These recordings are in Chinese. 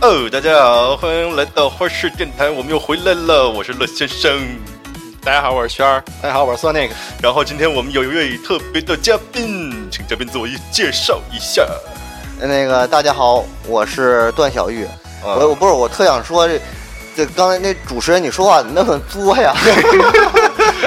哦，大家好，欢迎来到花式电台，我们又回来了，我是乐先生。大家好，我是轩儿。大家好，我是算那个。然后今天我们有一位特别的嘉宾，请嘉宾自我介绍一下。那个大家好，我是段小玉。我我不是我特想说这，这刚才那主持人你说话怎么那么作呀？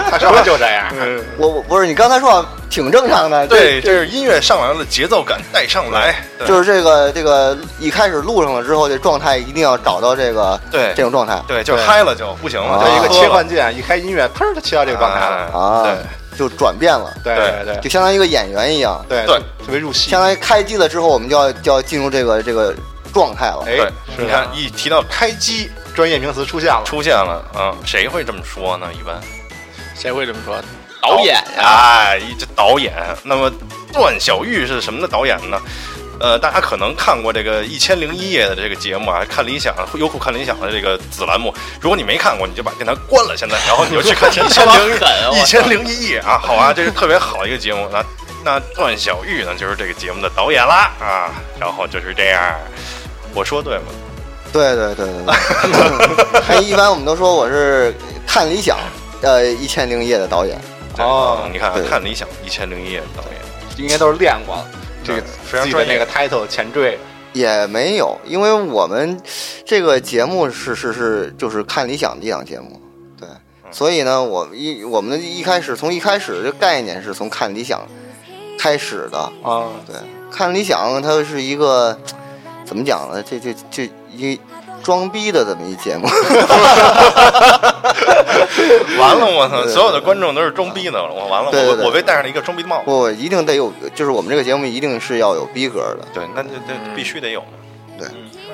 他说话就这样。嗯我我不是你刚才说话挺正常的。对，这是音乐上来了，节奏感带上来。这，就是这个这个一开始录上了之后，这状态一定要找到这个对这种状态。对，就对嗨了就不行了，啊就这一一个哦个切切换换键，一开音乐，呲儿就切到这个状态嗯了。啊，就转变了，对对对就相当于一个演员一样，对对特别入戏相。当于开机了之后，我们就要就要进入这个这个状态了。哎对，是你的看，一提到开机专业名词出现了。出现了，啊，谁会这么说呢？一般谁会这么说？导演 呀、哎，这导演。那么段小玉是什么的导演呢？呃，大家可能看过这个《一千零一夜》的这个节目啊，看理想优酷看理想的这个子栏目。如果你没看过，你就把电台关了，现在，然后你就去看 一千 零啊一千零一夜啊，好啊，这是特别好的一个节目。那那段小玉呢，就是这个节目的导演啦啊，然后就是这样，我说对吗？对对对对对。哎，一般我们都说我是看理想，呃，《一千零一夜》的导演。对哦你看啊对看理想《一千零一夜》的导演，应该都是练过了。这个非常自己的专业那个 title 前缀，也没有，因为我们这个节目是是是就是看理想的一档节目，对，所以呢，我一我们的一开始从一开始这概念是从看理想开始的，啊，对，看理想它是一个怎么讲呢？这这这一装逼的这么一节目，完了，我操！对所有的观众都是装逼的，我完了，对对我对我被戴上了一个装逼帽。我一定得有，就是我们这个节目一定是要有逼格的，对，那这嗯这必须得有嘛。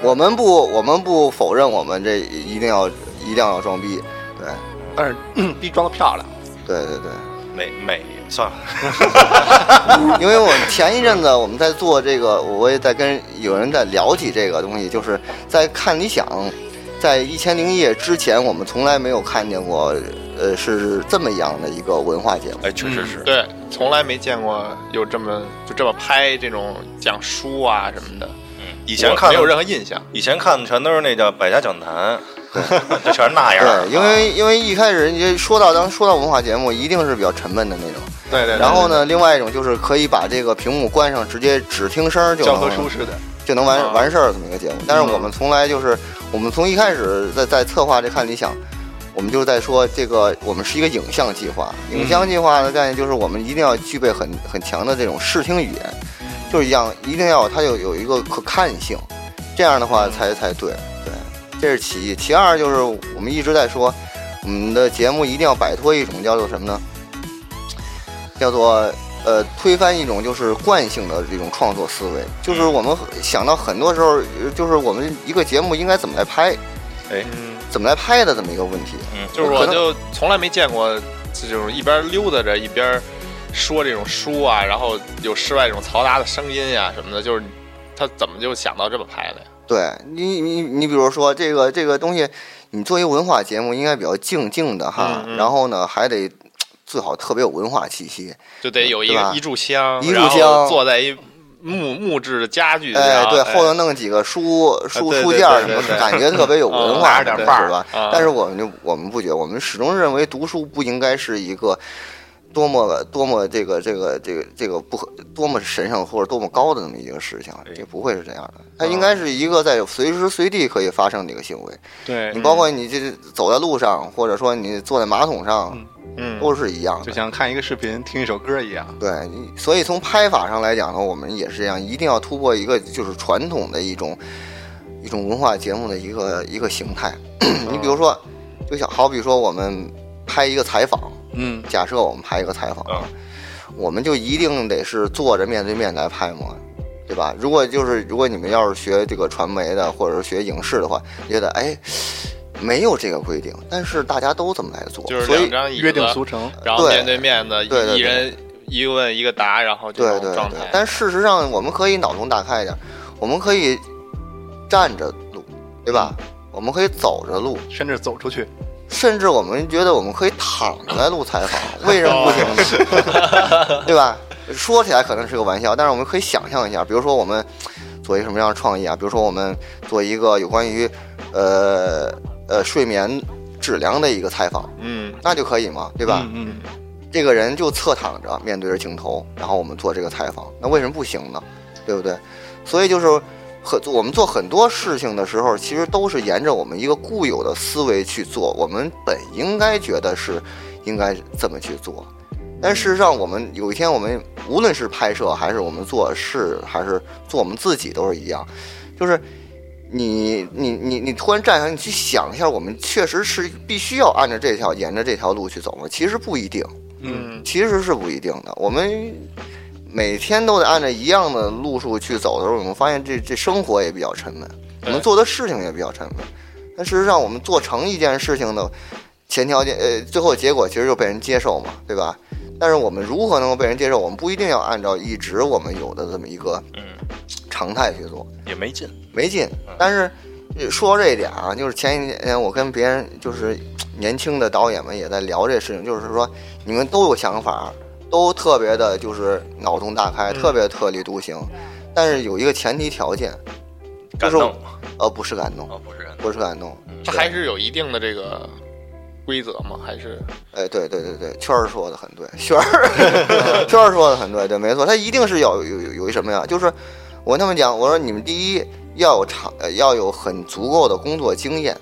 我们不我们不否认我们这一定要一定要装逼，对但是 嗯逼装的漂亮。对对对。 美美算了，因为我前一阵子我们在做这个，我也在跟有人在聊起这个东西，就是在看理想，在一千零一夜之前，我们从来没有看见过，呃，是这么样的一个文 化节目。哎，确实是。嗯对，从来没见过有这么就这么拍这种讲书啊什么的，以以前看没有任何印象。以前看的全都是那叫百家讲坛，这全是那样儿。啊对，因为因为一开始你就说到当说到文化节目，一定是比较沉闷的那种。对对对然后呢，另外一种就是可以把这个屏幕关上，直接只听声儿就教能科书似的，就能完啊完事儿这么一个节目。但是我们从来就是，我们从一开始在在策划这看理想，我们就在说这个，我们是一个影像计划。影像计划的概念就是我们一定要具备很很强的这种视听语言，就是一样，一定要它有有一个可看性，这样的话才才对。对，这是其一。其二就是我们一直在说，我们的节目一定要摆脱一种叫做什么呢？叫做呃推翻一种就是惯性的这种创作思维，就是我们想到很多时候，呃就是我们一个节目应该怎么来拍，嗯，怎么来拍的这么一个问题。嗯就是可我能就从来没见过这种一边溜达着一边说这种书啊，然后有室外这种嘈杂的声音呀、什么的，就是他怎么就想到这么拍的呀？对你，你你比如说这个这个东西，你做一个文化节目应该比较静静的哈，嗯嗯然后呢还得最好特别有文化气息。就得有一对吧个一炷香，一炷然后香坐在一木木质的家具上，哎，对，后头头弄几个书书啊对对书架儿什对么对的，对感觉特别有文化，嗯拿着点是范儿吧嗯？但是我们就我们不觉得，我们始终认为读书不应该是一个多么多么这个这个这个这个不可多么神圣或者多么高的那么一个事情，也不会是这样的。它嗯应该是一个在随时随地可以发生的一个行为。对嗯你包括你这走在路上，或者说你坐在马桶上，嗯，都是一样就的。像看一个视频、听一首歌一样。对，你所以从拍法上来讲呢，我们也是这样，一定要突破一个就是传统的一种一种文化节目的一个一个形态。嗯 你比如说，就像好比说我们拍一个采访，嗯，假设我们拍一个采访，啊嗯我们就一定得是坐着面对面来拍嘛，对吧？如果就是如果你们要是学这个传媒的，或者是学影视的话，觉得哎没有这个规定，但是大家都这么来做，就是所两以张椅子，约定俗成。然后对面对面的，对对对一人一个问一个答，然后这对种对状对态。。但事实上，我们可以脑洞大开一点，我们可以站着录，对吧？我们可以走着录，甚至走出去，甚至我们觉得我们可以躺着来录采访，为什么不行 呢？对吧？说起来可能是个玩笑，但是我们可以想象一下，比如说我们做一个什么样的创意啊？比如说我们做一个有关于呃呃睡眠质量的一个采访，嗯，那就可以嘛，对对吧？嗯这个人就侧躺着面对着镜头，然后我们做这个采访，那为什么不行呢？对不对？所以就是很我们做很多事情的时候，其实都是沿着我们一个固有的思维去做，我们本应该觉得是应该这么去做，但事实上我们有一天我们无论是拍摄还是我们做事还是做我们自己都是一样，就是。你你你你突然站起来，你去想一下，我们确实是必须要按照这条沿着这条路去走吗？其实不一定，嗯其实是不一定的。我们每天都得按照一样的路数去走的时候，我们发现这这生活也比较沉闷，我们做的事情也比较沉闷。但事实上，我们做成一件事情的前条件，呃，最后结果其实就被人接受嘛，对吧？但是我们如何能够被人接受？我们不一定要按照一直我们有的这么一个嗯，常态去做。也没劲。没劲。嗯但是呃说到这一点啊，就是前几天我跟别人就是嘖年轻的导演们也在聊这事情，就是说你们都有想法，都特别的就是脑洞大嗯开，特别特立独行。但是有一个前提条件，就感是动呃不是感动，哦，不是感动，不是感动，它还是有一定的这个规则吗？还是哎对对对对，圈儿说的很对，圈儿 圈儿说的很对，对没错，他一定是有有有有一什么呀？就是我跟他们讲，我说你们第一要有长呃要有很足够的工作经验。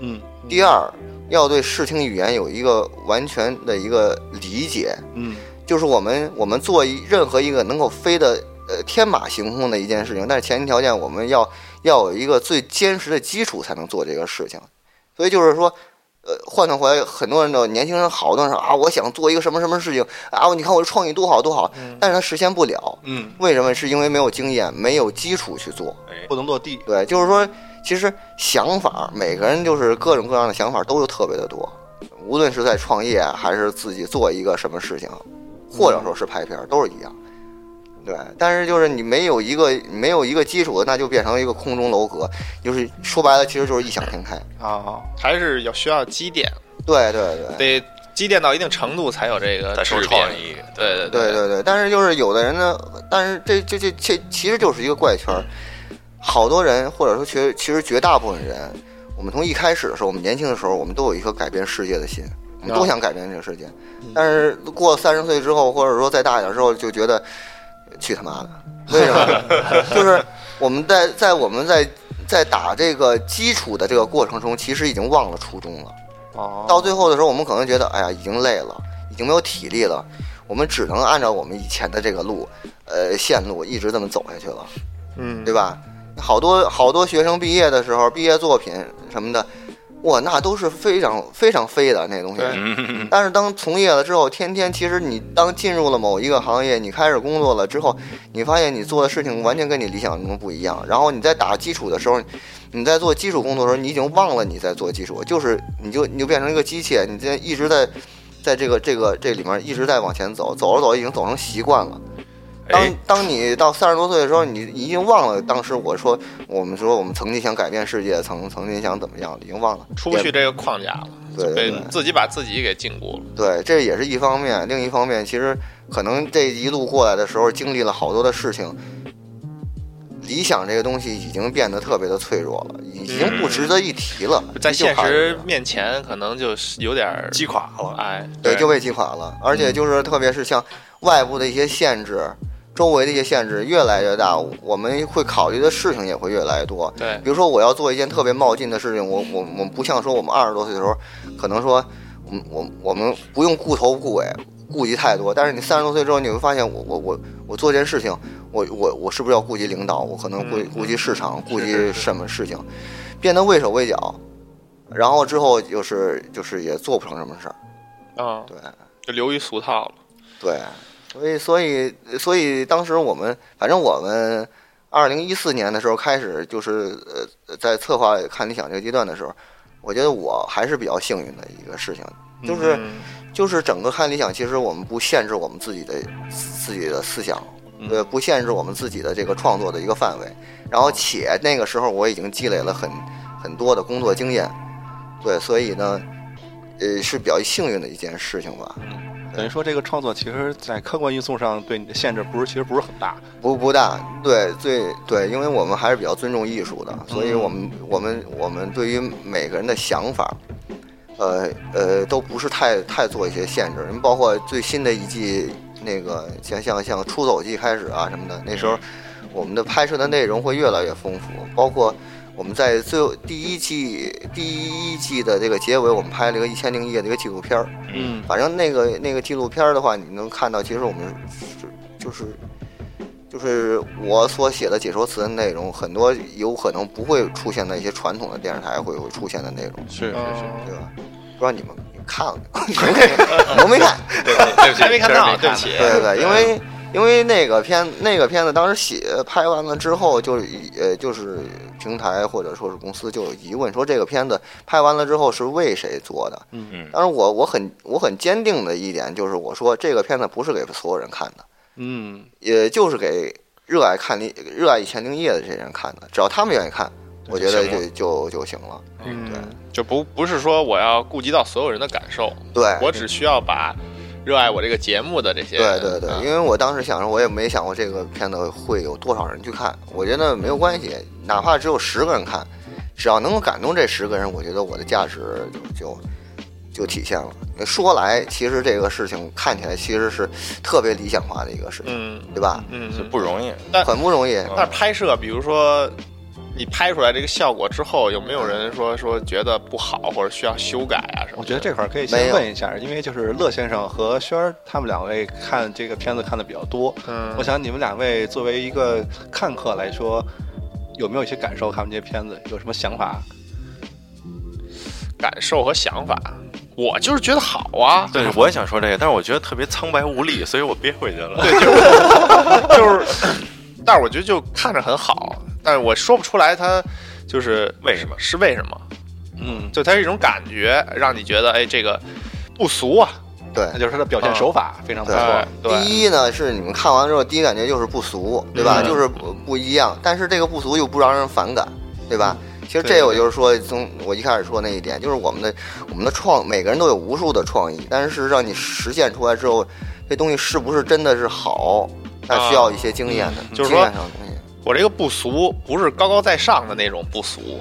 嗯第二，要对视听语言有一个完全的一个理解，嗯就是我们我们做一任何一个能够飞的呃天马行空的一件事情，但是前提条件我们要要有一个最坚实的基础才能做这个事情。所以就是说，呃，换算回来，很多人的年轻人好多人说啊，我想做一个什么什么事情啊，你看我的创意多好多好，但是他实现不了，嗯，为什么？是因为没有经验，没有基础去做。哎不能落地。对，就是说，其实想法，每个人就是各种各样的想法都有特别的多，无论是在创业啊还是自己做一个什么事情，或者说是拍片，儿，都是一样。对，但是就是你没有一个没有一个基础，那就变成一个空中楼阁，就是说白了，其实就是异想天开。啊，还是要需要积淀，对对对。得积淀到一定程度才有这个再说质创变意，对对对对对，但是就是有的人呢，但是这这这这其实就是一个怪圈儿，好多人或者说绝其实绝大部分人，我们从一开始的时候，我们年轻的时候，我们都有一颗改变世界的心，我啊们都想改变这个世界，但是过三十岁之后，或者说再大一点之后，就觉得去他妈的，为什么呢？ 就是我们在在我们在在打这个基础的这个过程中，其实已经忘了初衷了。哦到最后的时候，我们可能觉得，哎呀，已经累了，已经没有体力了，我们只能按照我们以前的这个路，呃，线路一直这么走下去了，嗯对吧？好多好多学生毕业的时候，毕业作品什么的，哇，那都是非常非常飞的那东西。对嗯，但是当从业了之后，天天其实你当进入了某一个行业，你开始工作了之后，你发现你做的事情完全跟你理想中不一样。然后你在打基础的时候，你在做基础工作的时候，你已经忘了你在做基础，就是你就你就变成一个机械，你在一直在在这个这个这里面一直在往前走，走着走着已经走成习惯了。当哎，当你到三十多岁的时候，你已经忘了当时我说我们说我们曾经想改变世界，曾曾经想怎么样，已经忘了，出不去这个框架了，对对被对。自己把自己给禁锢了。对，这也是一方面。另一方面，其实可能这一路过来的时候，经历了好多的事情，理想这个东西已经变得特别的脆弱了，已经不值得一提了。嗯在就现怕这实个面前，可能就是有点儿击垮了。哎，对就被击垮了，而且就是特别是像外部的一些限制，周围的一些限制越来越大，我们会考虑的事情也会越来越多。对比如说我要做一件特别冒进的事情，我我我们不像说我们二十多岁的时候，可能说我们我我们不用顾头顾尾，顾及太多。但是你三十多岁之后，你会发现我我我我做这件事情，我我我是不是要顾及领导？我可能会嗯顾及市场，顾是及是是什么事情，变得畏手畏脚，然后之后就是就是也做不成什么事儿，嗯，对。就流于俗套了。对，所以所以所以当时我们，反正我们二零一四年的时候开始，就是呃在策划看理想这个阶段的时候，我觉得我还是比较幸运的一个事情，就是、嗯就是整个看理想，其实我们不限制我们自己的自己的思想。对，不限制我们自己的这个创作的一个范围，然后且那个时候我已经积累了很很多的工作经验，对，所以呢，呃，是比较幸运的一件事情吧。等于说这个创作其实，在客观因素上对你的限制不是，其实不是很大。不不大，对最对，因为我们还是比较尊重艺术的，所以我们我们我们对于每个人的想法，呃呃，都不是太太做一些限制。你包括最新的一季那个像像像出走季开始啊什么的，那时候我们的拍摄的内容会越来越丰富，包括。我们在最后第一季第一季的这个结尾，我们拍了一个一千零一夜的一个纪录片儿。嗯，反正那个那个纪录片儿的话，你能看到，其实我们是就是就是我所写的解说词的内容，很多有可能不会出现在一些传统的电视台会会出现的内容，是是是，对吧？不知道你们看 了没有？你们没看？ 对对不起，还没看到真是对不起啊对对对，因为因为那个片那个片子当时写拍完了之后就，呃就是平台或者说是公司就有疑问，说这个片子拍完了之后是为谁做的？嗯当然我我很我很坚定的一点就是，我说这个片子不是给所有人看的，嗯，也就是给热爱看零热爱一千零一夜的这些人看的，只要他们愿意看，我觉得就行就就就行了。嗯对就不不是说我要顾及到所有人的感受，对，我只需要把热爱我这个节目的这些，哎对对对，啊因为我当时想着，我也没想过这个片子会有多少人去看。我觉得没有关系，哪怕只有十个人看，只要能够感动这十个人，我觉得我的价值就就就体现了。说来，其实这个事情看起来其实是特别理想化的一个事情，嗯对吧？嗯，是嗯不容易。很不容易。但是拍摄，比如说你拍出来这个效果之后，有没有人说说觉得不好或者需要修改啊什么的？我觉得这块儿可以没先有问一下，因为就是乐先生和轩儿他们两位看这个片子看的比较多，嗯，我想你们两位作为一个看客来说，有没有一些感受？看完这些片子有什么想法？感受和想法，我就是觉得好啊，对，我也想说这个，但是我觉得特别苍白无力，所以我憋回去 了。就是， 但是我觉得就看着很好，但是我说不出来它就是为什么是为什么，嗯，就它是一种感觉，让你觉得哎这个不俗啊，对那，就是他的表现手法非常不错。对第一呢是你们看完之后，第一感觉就是不俗，对吧？嗯就是不不一样，但是这个不俗又不让人反感，对吧？其实这我就是说，从我一开始说那一点，就是我们的我们的创，每个人都有无数的创意，但是事实上你实现出来之后，这东西是不是真的是好，那需要一些经验的，嗯就是经说验上的东西。我这个不俗不是高高在上的那种不俗，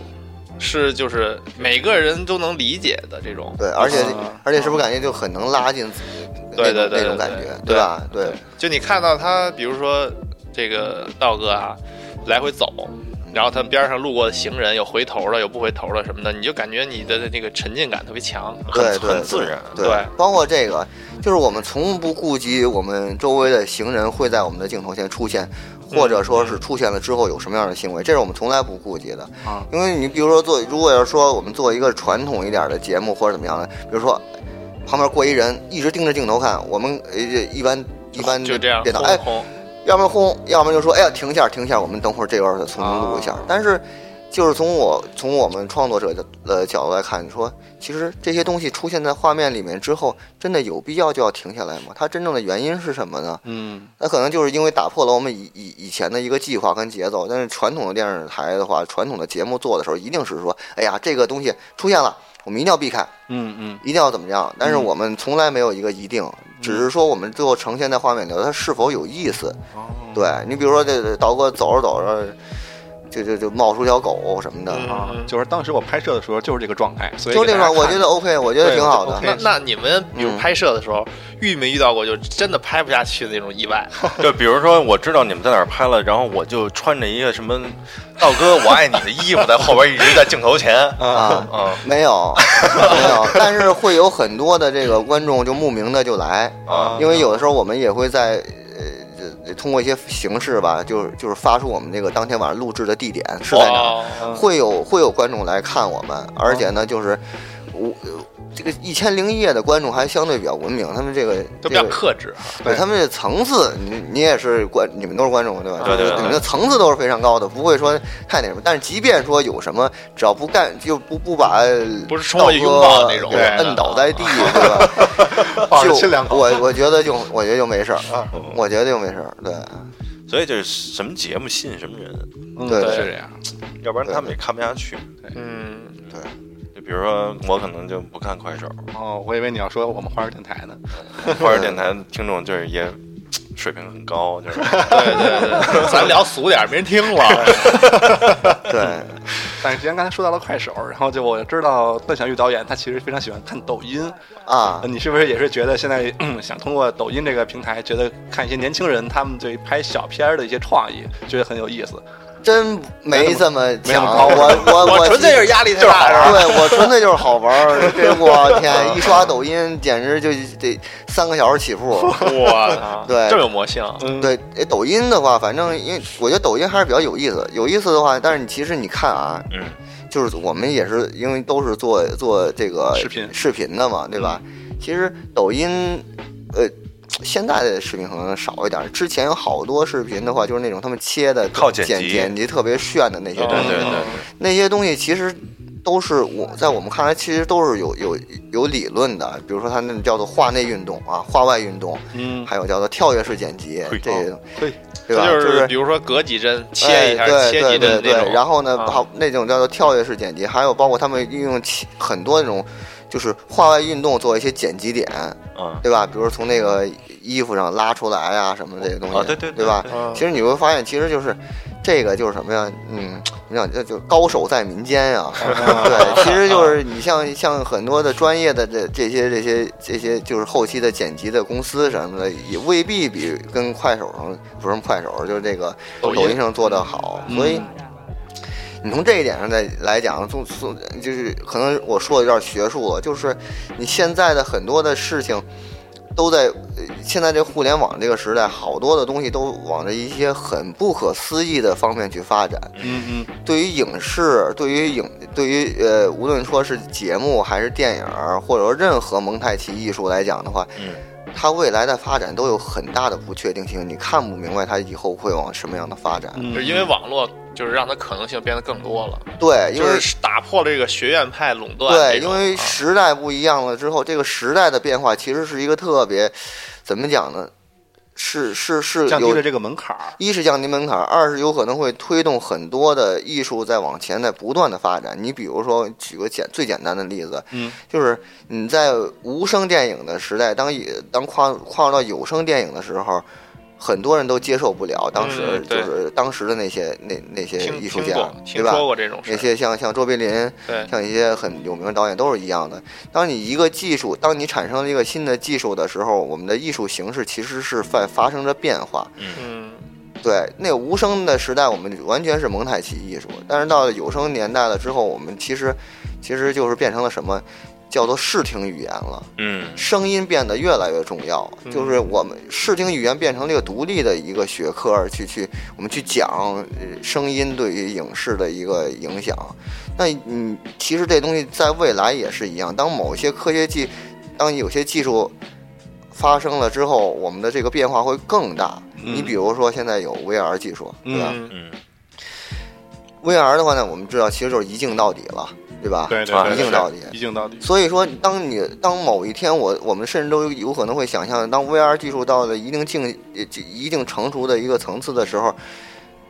是就是每个人都能理解的这种。对，而且、嗯而且是不是感觉就很能拉近自己那啊对种对对那种对感对觉，对吧？对，就你看到他，比如说这个道哥啊，来回走，然后他边上路过的行人有回头的，有不回头的什么的，你就感觉你的那个沉浸感特别强。对很对很自然对，对包括这个，就是我们从不顾及我们周围的行人会在我们的镜头前出现，或者说是出现了之后有什么样的行为，这是我们从来不顾及的。啊因为你比如说做，如果要是说我们做一个传统一点的节目或者怎么样的，比如说旁边过一人一直盯着镜头看，我们呃一般一般就这样，哦电脑轰哎，轰，要么轰，要么就说哎呀停一下停一下，我们等会儿这段儿再重新录一下。啊但是就是从我从我们创作者的呃角度来看，你说其实这些东西出现在画面里面之后，真的有必要就要停下来吗？它真正的原因是什么呢？嗯，那可能就是因为打破了我们以以以前的一个计划跟节奏。但是传统的电视台的话，传统的节目做的时候，一定是说，哎呀，这个东西出现了，我们一定要避开，嗯嗯一定要怎么样。但是嗯我们从来没有一个一定，只是说我们最后呈现在画面里头，它是否有意思。哦，对你比如说这这刀哥走着走着，就就就冒出条狗什么的，嗯啊，就是当时我拍摄的时候就是这个状态，所以就这给大块家我看觉得 OK，我觉得对挺好我的觉。得那 OK 那你们比如嗯拍摄的时候，遇没遇到过就真的拍不下去的那种意外？啊就比如说，我知道你们在哪儿拍了，然后我就穿着一个什么“道哥我爱你”的衣服，在后边一直在镜头 前。 啊，啊没有没有，但是会有很多的这个观众就慕名的就来，啊，因为有的时候我们也会在呃呃通过一些形式吧，就是就是发出我们这个当天晚上录制的地点是在哪儿，哦嗯会有会有观众来看我啊们，而且呢就是我呃这个一千零一夜的观众还相对比较文明，他们这个都比这较个克制，啊对对他们的层次，你你也是观，你们都是观众对吧？对对对你们的层次都是非常高的，不会说太那什么。但是即便说有什么，只要不干就不不把不是冲过去拥抱那种给对摁倒在地，对吧？ 抱着就亲两口，我我觉得就我觉得就没事儿，我觉得就没事儿。对嗯所以就是什么节目吸引什么人，嗯对是这样。要不然他们也看不下去。嗯，对，就比如说我可能就不看快手，哦，我以为你要说我们花儿电台呢。快手电 台的听众就是也水平很高， 就是嗯对对对， 咱聊俗点儿，没人听了。对，但是既然刚才说到了快手，然后就我知道段小玉导演他其实非常喜欢看抖音，啊呃，你是不是也是觉得现在、 嗯想通过抖音这个平台，觉得看一些年轻人他们对拍小片儿的一些创意，觉得很有意思？哦真没这么没那强么，高我 我我纯粹就是 压力太大了。对我纯粹就是好玩儿，这我天，一刷抖音简直就得三个小时起步。 哇，对这么有魔性，嗯，对，诶抖音的话，反正因为我觉得抖音还是比较有意思。有意思的话，但是你其实你看啊，嗯，就是我们也是因为都是做做这个视频视频的嘛，对吧？嗯其实抖音，呃。现在的视频可能少一点，之前有好多视频的话，就是那种他们切的靠剪剪辑剪辑特别炫的那些哦东对西，对对对，那些东西其实都是我在我们看来，其实都是有有有理论的。比如说，它那叫做画内运动啊，画外运动，嗯，还有叫做跳跃式剪辑嘿这些东对西，哦这对吧？就是是比如说隔几针哎切一下，对切对几对针那对，种。然后呢，啊好那种叫做跳跃式剪辑，还有包括他们运用其很多那种就是画外运动做一些剪辑点，嗯，对吧？比如从那个衣服上拉出来啊什么这些东西，啊对对对吧？嗯其实你会发现，其实就是这个就是什么呀？嗯，你想，就就高手在民间呀、 对，其实就是你像像很多的专业的这这些这些这些就是后期的剪辑的公司什么的，也未必比跟快手上不是快手，就是这个抖抖音音上做的好，所以。你从这一点上再来讲，从从就是可能我说的有点学术了，啊就是你现在的很多的事情都在呃现在这互联网这个时代，好多的东西都往着一些很不可思议的方面去发展。嗯对于影视，对于影，对于呃，无论说是节目还是电影儿，或者说任何蒙太奇艺术来讲的话，嗯，它未来的发展都有很大的不确定性，你看不明白它以后会往什么样的发展。嗯，就是因为网络，就是让它可能性变得更多了，对，因就为、是打破了这个学院派垄断对，这因种。为啊时代不一样了之后，这个时代的变化其实是一个特别，怎么讲呢？是是是嗯降低有了这个门槛儿。一是降低门槛儿，二是有可能会推动很多的艺术在往前在不断的发展。你比如说，举个简最简单的例子，嗯，就是你在无声电影的时代，当以当跨跨入到有声电影的时候，很多人都接受不了当时嗯就对是当时的那些那那些听艺术听家过，对听吧说？过这种那事，些像像卓别林，对，像一些很有名的导演都是一样的。当你一个技术，当你产生了一个新的技术的时候，我们的艺术形式其实是在发生着变化。嗯，对，那个无声的时代，我们完全是蒙太奇艺术，但是到了有声年代了之后，我们其实其实就是变成了什么？叫做视听语言了，嗯声音变得越来越重要，嗯就是我们视听语言变成了一个独立的一个学科儿，去去我们去讲呃声音对于影视的一个影响。那你其实这东西在未来也是一样，当某些科学技，当有些技术发生了之后，我们的这个变化会更大。嗯你比如说现在有 VR 技术，对吧、嗯嗯， v r 的话呢，我们知道其实就是一镜到底了，对吧？对对啊对，一镜到底。一镜到底。所以说，当你当某一天我我们甚至都有可能会想象，当 VR 技术到了一定境呃就一定成熟的一个层次的时候，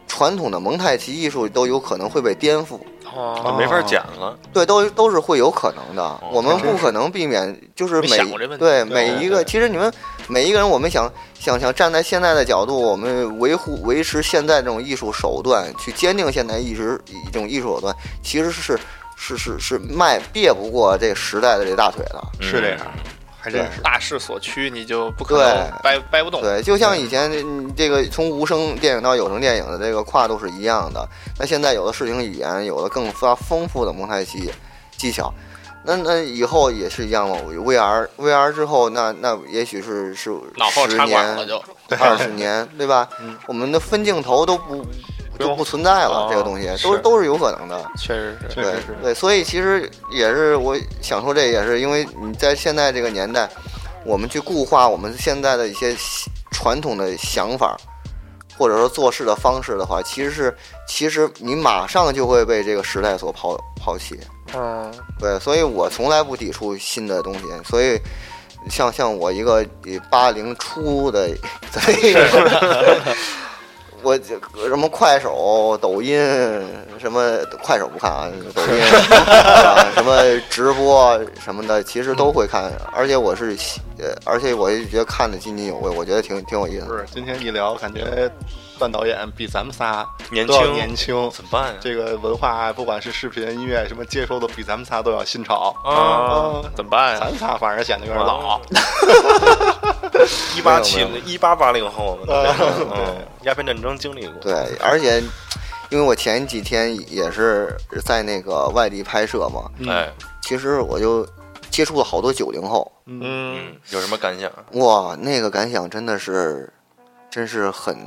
传统的蒙太奇艺术都有可能会被颠覆。啊哦，没法剪了，对，都都是会有可能的。我们真不可能避免，就是没每想过这问题对对每一个，对其实你们每一个人，我们想想想站在现在的角度，我们维护维持现在这种艺术手段，去坚定现代艺术一种艺术手段，其实是是是是迈别不过这时代的这大腿的。嗯是这样，还真是。大势所趋，你就不可能掰掰不动。对，就像以前嗯这个从无声电影到有声电影的这个跨度是一样的。那现在有了视听语言，有了更发丰富的蒙太奇技巧。那那以后也是一样嘛？VR VR 之后，那那也许是是脑后十插管了年、就，二十年，对吧？嗯我们的分镜头都不用就不存在了，哦这个东西是都都是有可能的。确实是。确对实是对，所以其实也是我想说，这也是因为你在现在这个年代，我们去固化我们现在的一些传统的想法，或者说做事的方式的话，其实是其实你马上就会被这个时代所抛抛弃。嗯，对，所以我从来不抵触新的东西，所以。像呃像我一个八零初的， 我这什么快手、抖音，什么快手不看啊，抖音啊什么直播什么的，其实都会看。而且我是喜，呃，而且我也觉得看的津津有味，我觉得挺挺有意思不的。是，今天一聊，感觉段导演比咱们仨年都要轻年轻。怎么办呀？这个文化，不管是视频、音乐，什么接收的，比咱们仨都要新潮。啊嗯哦怎么办呀咱？仨反而显得有点老。一八没七有没一八八零 后嘛，啊对嗯，鸦片战争经历过，对，而且因为我前几天也是在那个外地拍摄嘛，嗯哎，其实我就接触了好多九零后，嗯，嗯嗯，有什么感想？哇，那个感想真的是，真是很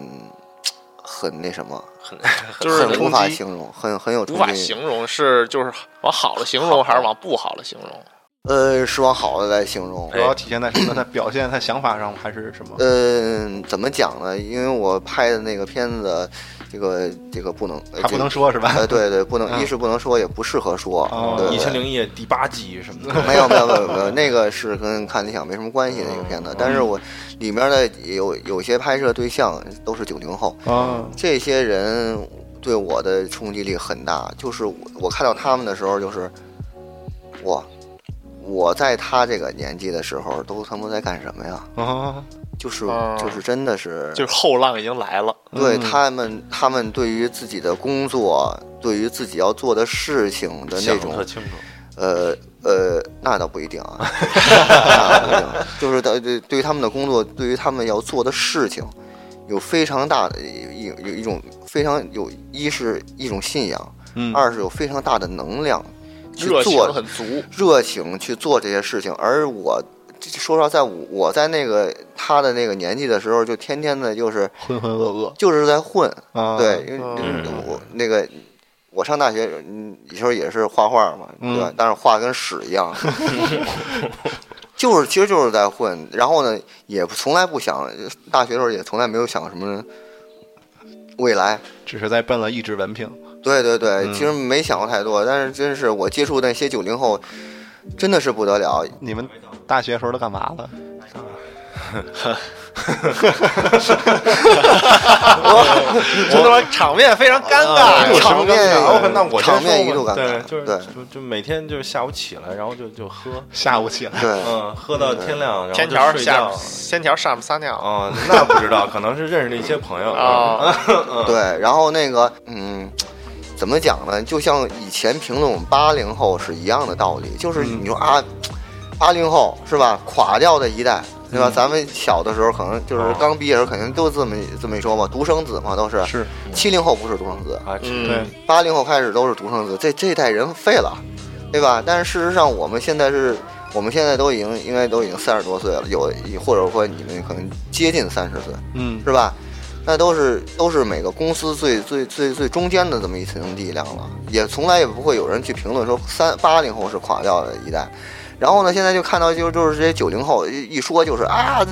很那什么，很就是很冲无法击形容，很很有无冲法击力形容，是就是往好了形容，还是往不好了形容？呃，是往好的来形容哎主。要体现在什么？在表现、在想法上，还是什么？哎嗯、怎么讲呢？因为我拍的那个片子，这个这个不能，呃还不能。说是吧这个？呃，对对，不能，嗯一是不能说，也不适合说哦。对一对千零一夜第八集什么的，没有没有没有没有，那个是跟看理想没什么关系的一个片子，哦但嗯是我里面的有有些拍摄对象都是九零后，啊，这些人对我的冲击力很大，就是我我看到他们的时候，就是我我在他这个年纪的时候，都他妈在干什么呀？啊，就是哦就是真的是，就是后浪已经来了，对嗯他们他们对于自己的工作，对于自己要做的事情的那想种得特清楚。呃呃，那倒不一定啊， 那倒不一定，就是对对对于他们的工作，对于他们要做的事情，有非常大的一有有一种非常有一是一种信仰，嗯，二是有非常大的能量去热情做很足，热情去做这些事情，而我。这说实话，在我我在那个他的那个年纪的时候，就天天的就是浑浑噩就是在混，噩啊，对，因为嗯我那个我上大学，嗯，有时候也是画画嘛，对嗯吧？但是画跟屎一样， 就是其实就是在混。然后呢，也不从来不想，大学的时候也从来没有想什么未来。只是在奔了一纸文凭。对对对，嗯其实没想过太多，但是真是我接触那些九零后，真的是不得了。你们大学时候都干嘛了？ 这他妈场面非常尴啊尬。有什场么场面尴尬我那我场面先说吧一度尴对，尬，就是对就就每天就是下午起来，然后就就喝，下午起来对嗯，喝到天亮，然后天就桥睡下觉。天桥上面撒尿哦，那不知道，可能是认识了一些朋友啊。啊，对，然后那个，嗯，怎么讲呢？就像以前评论我们八零后是一样的道理，就是你说啊，八零后是吧？垮掉的一代，对吧？咱们小的时候可能就是哦刚毕业的时候，肯定都这么这么一说嘛，独生子嘛，都是。是，七零后不是独生子，啊，嗯对，八零后开始都是独生子，这这代人废了，对吧？但是事实上，我们现在是，我们现在都已经应该都已经三十多岁了，有或者说你们可能接近三十岁，嗯是吧？那都是都是每个公司最最最最中间的这么一层力量了，也从来也不会有人去评论说三八零后是垮掉的一代。然后呢，现在就看到就就是这些九零后一一说就是啊，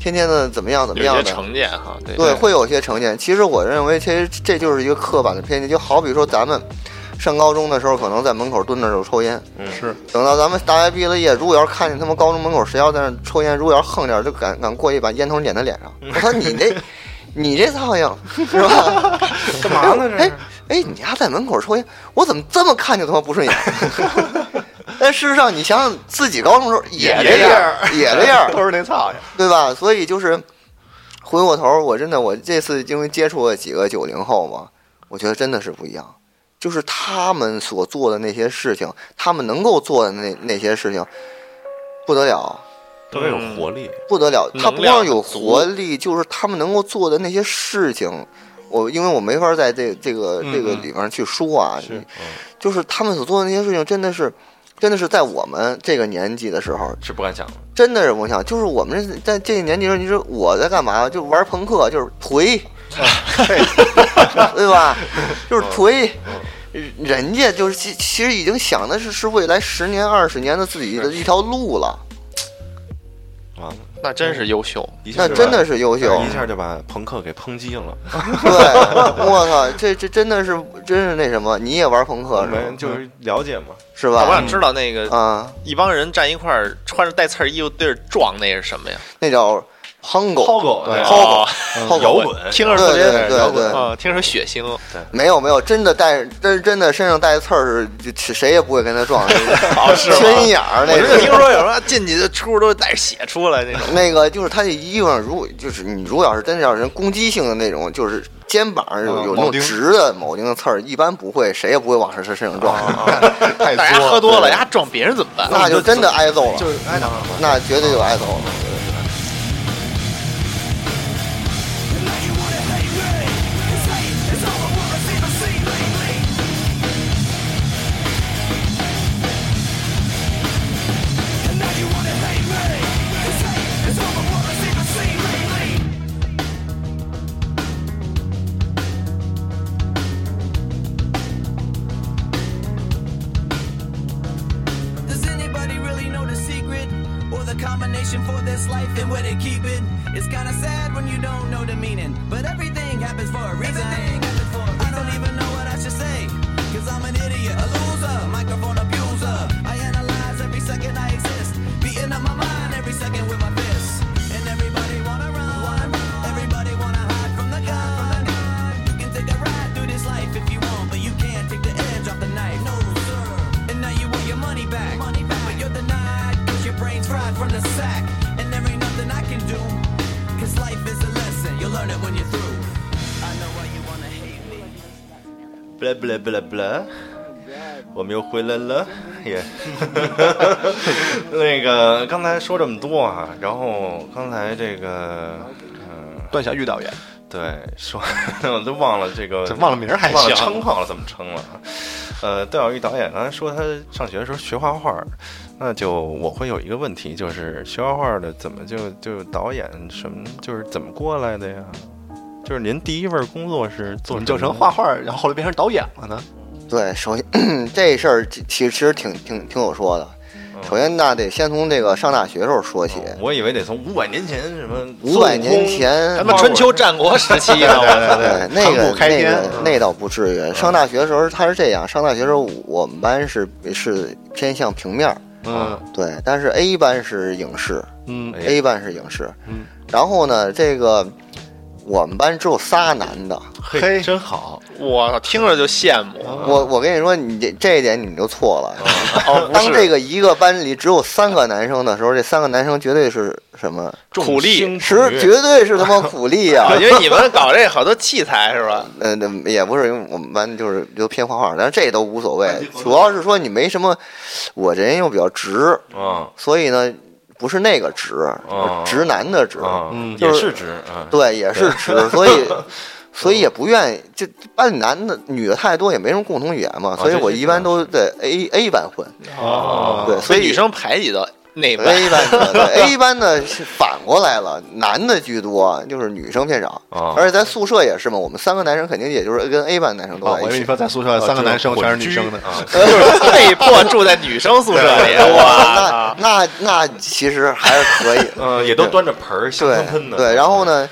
天天的怎么样怎么有样些的，成见哈，对对，会有一些成见。其实我认为，其实这就是一个刻板的偏见，就好比说咱们上高中的时候，可能在门口蹲着就抽烟，嗯是，等到咱们大学毕了业，如果要是看见他们高中门口谁要在那抽烟，如果要是横点儿，就敢敢过去把烟头撵他脸上。我操 你这，你这操性是吧？干嘛呢？这哎是哎，你丫在门口抽烟，我怎么这么看就他妈不顺眼？ 但事实上，你想想自己高中时候也也这这样，也这样，都是那操呀。对吧？所以就是回过头儿，我真的我这次因为接触了几个九零后嘛，我觉得真的是不一样。就是他们所做的那些事情，他们能够做的那那些事情，不得了，特别有嗯活力，不得了。他能不量光有很足活力，就是他们能够做的那些事情，我因为我没法在这这个这个嗯嗯里面去说啊，是你嗯就是他们所做的那些事情，真的是，真的是在我们这个年纪的时候，是不敢想的。真的是我想，就是我们在这个年纪的时候，你说我在干嘛？就玩朋克，就是 颓，对吧？就是颓。人家就是其其实已经想的是是未来十年二十年的自己的一条路了，完了，那真是优秀。啊一下那就真把的是优秀。一下就把朋克给抨击了。对， 我操，这这真的是真是那什么，你也玩朋我克是们吧就是了解嘛，是我想吧？嗯知道那个啊，一帮人站一块儿，穿着带刺儿衣服对着撞，那是什么呀？那叫，Hongo， Pogo 对对哦 Pogo 摇滚听着对特别对对摇滚对啊，听着血腥，没有没有，真的带真真的身上带刺儿是，就谁也不会跟他撞， 哦是吗缺心眼儿我那就听种。说有时候进去的出都是带着血出来那种。那个就是他这衣服上，如果就是你如果要是真的要是人攻击性的那种，就是肩膀上有嗯有那铆种钉直的铆钉的刺儿，一般不会，谁也不会往他身上撞， 太大家作喝多对了，人家撞别人怎么办？那就真的挨揍了，就是挨打嘛。那绝对就挨揍了。 Does anybody really know the secret or the combination for this life and where to keep it? It's kinda sad when you don't know the meaning, but everything happens for a reason. I don't even know what I should say, cause I'm an idiot, a loser, microphone abuser. I analyze every second I exist, beating up my mind every second with my fists. And everybody wanna run, everybody wanna hide from the gun. You can take a ride through this life if you want, but you can't take the edge off the knife. No, sir. And now you want your money back. Money back. But you're denied, cause your brain's fried from the sack. And there ain't nothing I can do. Cause life is a lesson. You'll learn it when you're through. I know why you wanna hate me. 不啦不啦不啦不啦，我们又回来了耶。 那个刚才说这么多啊，然后刚才这个，嗯、段小玉导演，对，说我都忘了这个，这忘了名儿还忘了行，称号了，怎么称了啊？呃，段小玉导演刚才说他上学的时候学画画儿，那就我会有一个问题，就是学画画儿的怎么就就导演什么，就是怎么过来的呀？就是您第一份工作是怎做么什就么成画画，然后后来变成导演了呢？对，首先 这事儿其其实其实挺挺挺有说的。首先，那得先从这个上大学时候说起。哦我以为得从五百年前什么五百年前，咱们春秋战国时期啊呢，对，那唐个古开那天个那倒不至于。上大学的时候他是这样，上大学的时候我们班是是偏向平面儿，嗯对，但是 A 班是影视嗯哎，A 班是影视，嗯，然后呢，这个我们班只有仨男啊的，嘿，真好，我操，听着就羡慕。我我跟你说，你这这一点你们就错了。哦，不当是这个一个班里只有三个男生的时候，这三个男生绝对是什么？苦力是绝对是他妈苦力 呀、啊，因为你们搞这好多器材是吧？呃，那也不是，因为我们班就是就偏画画，但是这都无所谓。主要是说你没什么，我这人又比较直，啊所以呢，不是那个直，哦直男的直，啊，嗯也就是是直啊，对，也是直，所以。所以也不愿意，就班里男的女的太多，也没什么共同语言嘛，所以这我这一般都在 A A 班混，啊哦对，所所以哎以女生排挤到那班 A 班的对 A 班呢是反过来了，男的居多，就是女生偏少，啊而且在宿舍也是嘛，我们三个男生肯定也就是跟 A 班男生都哦，在一我以为起你。说在宿舍三个男生全是女生的啊，，就是被迫住在女生宿舍里，哇哎那！那那其实还是可以的呃，也都端着盆儿，香喷喷对的。对。然后呢，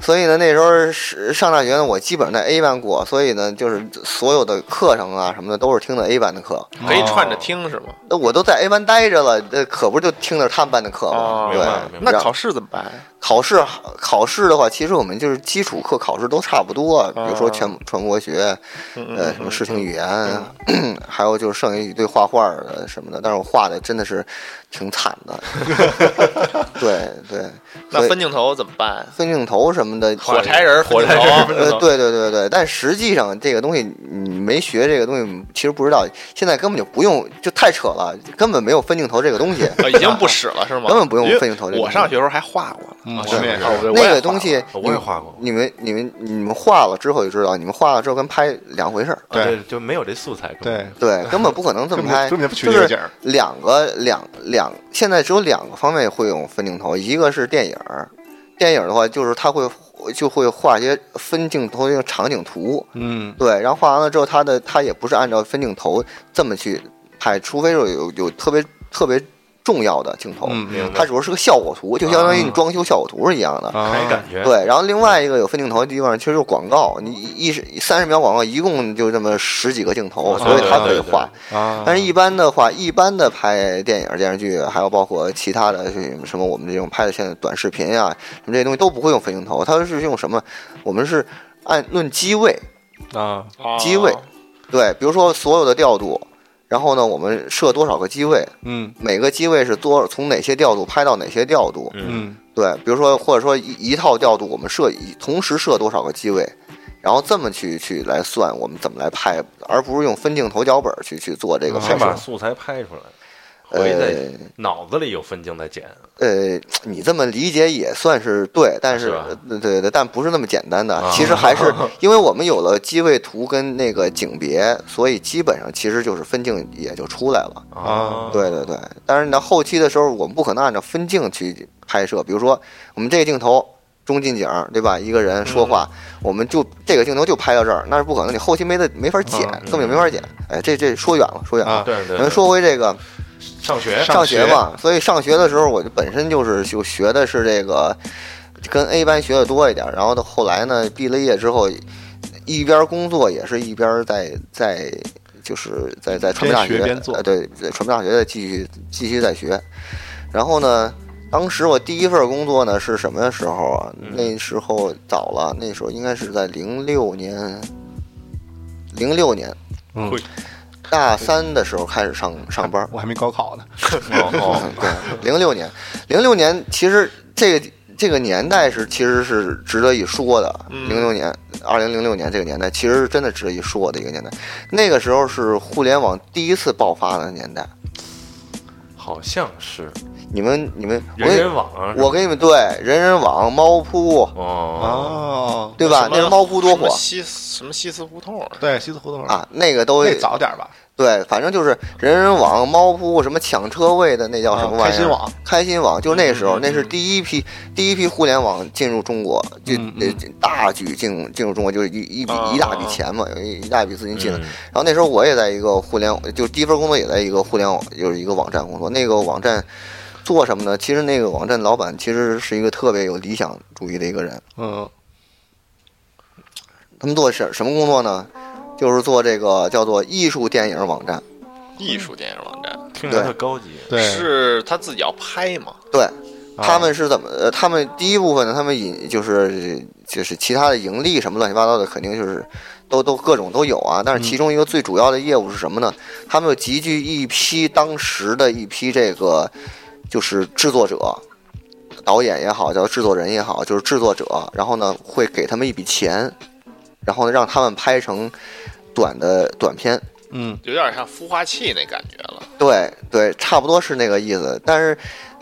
所以呢，那时候是上大学呢，我基本上在 A 班过，所以呢，就是所有的课程啊什么的都是听的 A 班的课，可以串着听是吗？那我都在 A 班待着了，那可不就听着他们班的课吗？明对白了明白，那然考试怎么办？考试考试的话，其实我们就是基础课考试都差不多，比如说啊全传播学，嗯嗯呃，什么视听语言， 还有就是剩下一堆画画的什么的。但是我画的真的是挺惨的，对对。所那以分镜头怎么办？分镜头什么的，火柴人儿，火火柴人儿头， 呃，对对对对，但实际上这个东西你没学这个东西，其实不知道，现在根本就不用，就太扯了，根本没有分镜头这个东西。啊已经不使了是吗？根本不用因为分镜头这个我上学时候还画过呢，嗯，啊我们也是是，那个东西，我也画过你们、你们、你们画了之后就知道，你们画了之后跟拍两回事儿。啊对对，就没有这素材。对，对，根本不可能这么拍，根本不取就这个是景儿两个两两，现在只有两个方面会用分镜头，一个是电影儿，电影儿的话就是它会就会画一些分镜头的场景图，嗯，对，然后画完了之后，它的它也不是按照分镜头这么去拍，除非说有有特别特别重要的镜头，嗯啊明白它只不过是个效果图，就相当于你装修效果图是一样嗯的。没感觉，觉。对，然后另外一个有分镜头的地方，其实就是广告，你一一三十秒广告一共就这么十几个镜头，所以它可以画。啊但是，一般的话，一般的拍电影、电视剧，还有包括其他的就是什么我们这种拍的现在短视频啊，什么这些东西都不会用分镜头，它是用什么？我们是按论机位，啊机位，对，比如说所有的调度，然后呢，我们设多少个机位，嗯每个机位是多从哪些调度拍到哪些调度，嗯对，比如说或者说一一套调度，我们设一同时设多少个机位，然后这么去去来算我们怎么来拍，而不是用分镜头脚本去去做这个拍先把摄。素材拍出来，啊回去呃再脑子里有分镜再剪。呃，你这么理解也算是对，但是啊呃是吧对对对，但不是那么简单的。啊其实 还是因为我们有了机位图跟那个景别，所以基本上其实就是分镜也就出来了。啊，对对对，但是呢，后期的时候我们不可能按照分镜去拍摄，比如说我们这个镜头中近景，对吧？一个人说话，嗯我们就这个镜头就拍到这儿，那是不可能，你后期没得没法剪，嗯根本就没法剪。哎，这这说远了，说远啊了。对对咱对，们说回这个上学上上学学嘛，所以上学的时候我就本身就是就学的是这个，跟 A 班学的多一点，然后到后来呢，毕了业之后，一边工作也是一边在在就是在在传媒大学边学边做呃对，在传媒大学再继续继续在学，然后呢。当时我第一份工作呢是什么时候啊？嗯那时候早了，那时候应该是在零六年，零六年嗯，大三的时候开始上上班。我还没高考呢，哦，对，零六年，零六年其实这个这个年代是其实是值得一说的。嗯零六年，二零零六年这个年代其实是真的值得一说的一个年代。那个时候是互联网第一次爆发的年代。好像是你们你们，我人给人网啊，我给你们对人人网、猫扑，哦，哦，对吧？那时候猫扑多火西什么西四胡同儿，对，西四胡同，啊！那个都那早点吧，对，反正就是人人网、猫扑什么抢车位的那叫什么玩意儿？啊开心网，开心网，就那时候，嗯那是第一批第一批互联网进入中国，就嗯呃大举进入进入中国，就是一一笔啊嗯一大笔钱嘛，有一一大笔嗯资金进来。然后那时候我也在一个互联，就第一份工作也在一个互联网，就是一个网站工作。那个网站做什么呢？其实那个网站老板其实是一个特别有理想主义的一个人。嗯他们做什什么工作呢？就是做这个叫做艺术电影网站。艺术电影网站，听着特高级，对，是他自己要拍嘛？对，啊他们是怎么？呃，他们第一部分呢，他们引就是就是其他的盈利什么乱七八糟的，肯定就是都都各种都有啊。但是其中一个最主要的业务是什么呢？他们有集聚一批当时的一批这个就是制作者。导演也好，叫制作人也好，就是制作者，然后呢会给他们一笔钱，然后呢让他们拍成短的短片，嗯有点像孵化器那感觉了。对对，差不多是那个意思。但是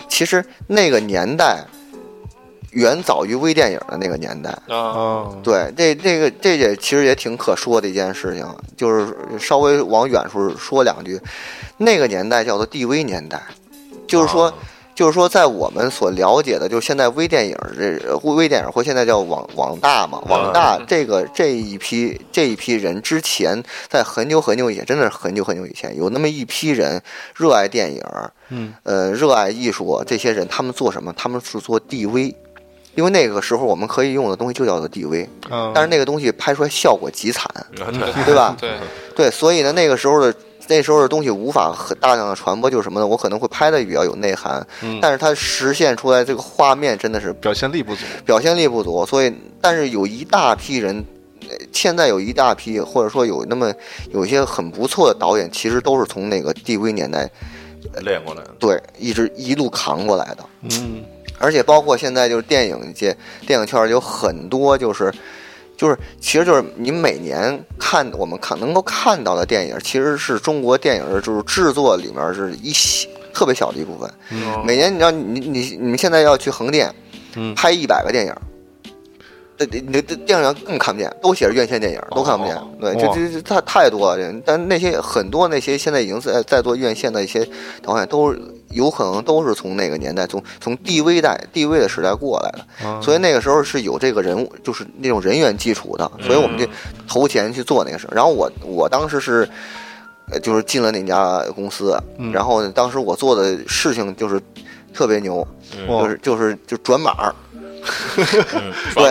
其实那个年代远早于微电影的那个年代。啊，哦，对，这这个这也其实也挺可说的一件事情，就是稍微往远处说两句，那个年代叫做 DV 年代，就是说、啊就是说，在我们所了解的，就是现在微电影这呃微电影或现在叫网网大嘛，网大嗯这个这一批这一批人之前，在很久很久以前，真的是很久很久以前，有那么一批人热爱电影，嗯，呃，热爱艺术，这些人他们做什么？他们是做 DV，因为那个时候我们可以用的东西就叫做 DV，嗯但是那个东西拍出来效果极惨，啊对，对吧？对，对，所以呢，那个时候的那时候的东西无法很大量的传播，就是什么呢？我可能会拍的比较有内涵，嗯但是它实现出来这个画面真的是表现力不足，表现力不足，所以但是有一大批人。呃现在有一大批，或者说有那么有一些很不错的导演，其实都是从那个 DV 年代练过来的，对一直一路扛过来的。嗯而且包括现在就是电影界、电影圈儿有很多就是，就是其实就是你每年看我们看能够看到的电影，其实是中国电影就是制作里面是一小特别小的一部分。哦每年你知道你你你们现在要去横店嗯拍一百个电影。这这你这电影院更看不见，都写着院线电影，都看不见哦。对，就哇就就太太多了。这但那些很多那些现在已经在在做院线的一些导演，都是有可能都是从那个年代，从从 DV 代 DV 的时代过来的。啊所以那个时候是有这个人物，就是那嗯种人员基础的，所以我们就投钱去做那个事儿。然后我我当时是呃就是进了那家公司，嗯然后呢当时我做的事情就是特别牛，哦就是就是就转码儿，转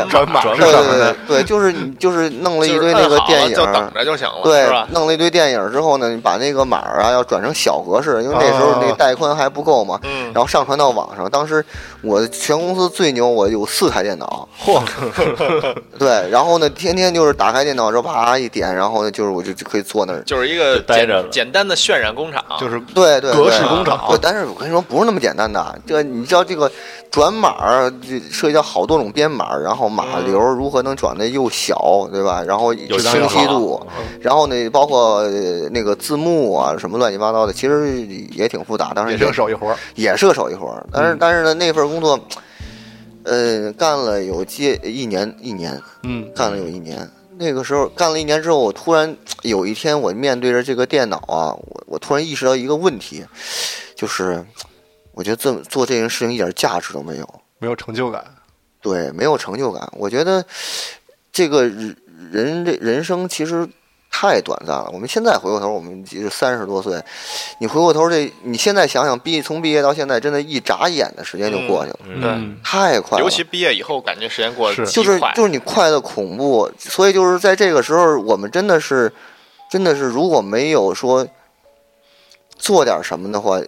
对转码转是对什对么对呢？对，就是你就是弄了一就是堆摁那个好了电影就等儿。着就行了，对是吧，？弄了一堆电影儿之后呢，你把那个码儿啊要转成小格式，因为那时候那个哦带宽还不够嘛。嗯然，后上传到网上。当时我全公司最牛，我有四台电脑，嚯， 对，然后呢，天天就是打开电脑之后啪一点，然后呢，就是我就就可以坐那儿。就是一个就待着简了简单的渲染工厂，就是对对，对格式工厂对，但是我跟你说，不是那么简单的。这你知道这个转码儿，这涉及到好多种编码，然后码流嗯如何能转的又小，对吧？然后有清信晰号度，嗯然后呢，包括呃那个字幕啊，什么乱七八糟的，其实也挺复杂。当时也是个手艺活儿，也是个手艺活儿，但是、但是呢，那份工作，呃，干了有接一年，一年嗯，干了有一年。那个时候干了一年之后，我突然有一天，我面对着这个电脑啊，我我突然意识到一个问题，就是我觉得这么做这件事情一点价值都没有。没有成就感，对，没有成就感。我觉得这个人人这人生其实太短暂了。我们现在回过头，我们三十多岁，你回过头这，你现在想想，毕从毕业到现在，真的一眨眼的时间就过去了，嗯嗯，太快了。尤其毕业以后，感觉时间过得是极就是快就是你快的恐怖，所以就是在这个时候，我们真的是真的是如果没有说做点什么的话，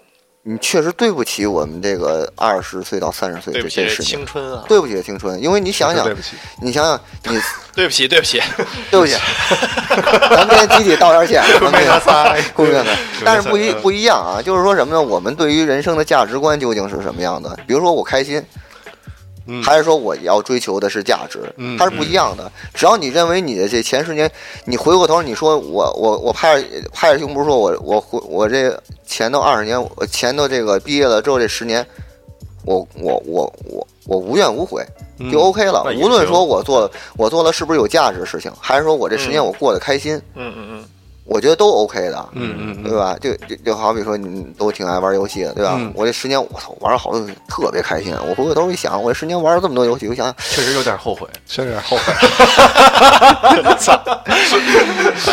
你确实对不起我们这个二十岁到三十岁对这不些起事情青。春啊，对不起青春，因为你想想对，不起，你想想，你对不起，对不起，对 不起，咱们今天集体道歉，咱们今天 塞，公平的。但是不一不一样啊，就是说什么呢？我们对于人生的价值观究竟是什么样的？比如说我开心，嗯还是说我要追求的是价值嗯，它是不一样的。只要你认为你的这前十年，你回过头你说我我我拍着拍着胸脯说我我回我这前头二十年，我前头这个毕业了之后这十年，我我我我我无怨无悔，嗯就 OK 了那。也无论行说我做了我做了是不是有价值的事情，还是说我这十年嗯我过得开心，嗯嗯我觉得都 OK 的。嗯嗯对嗯，吧？就就就好比说，你们都挺爱玩游戏的，对吧？嗯我这十年，我操，玩了好多游戏，特别开心。我回过头一想，我这十年玩了这么多游戏，我想想，确实有点后悔。确实有点后悔，嗯，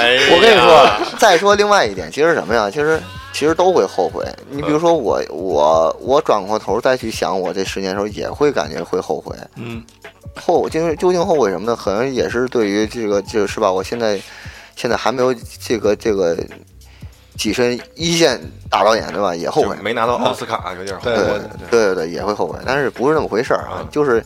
哎呀，我跟你说，再说另外一点，其实什么呀？其实其实都会后悔。你比如说我，我我转过头再去想我这十年的时候，也会感觉会后悔。嗯，后就是究竟后悔什么呢？可能也是对于这个这个是吧？我现在现在还没有这个这个跻身一线大导演，对吧？也后悔就。没拿到奥斯卡，啊有点后悔。对对对对对，也会后悔，但是不是那么回事儿嗯啊？就是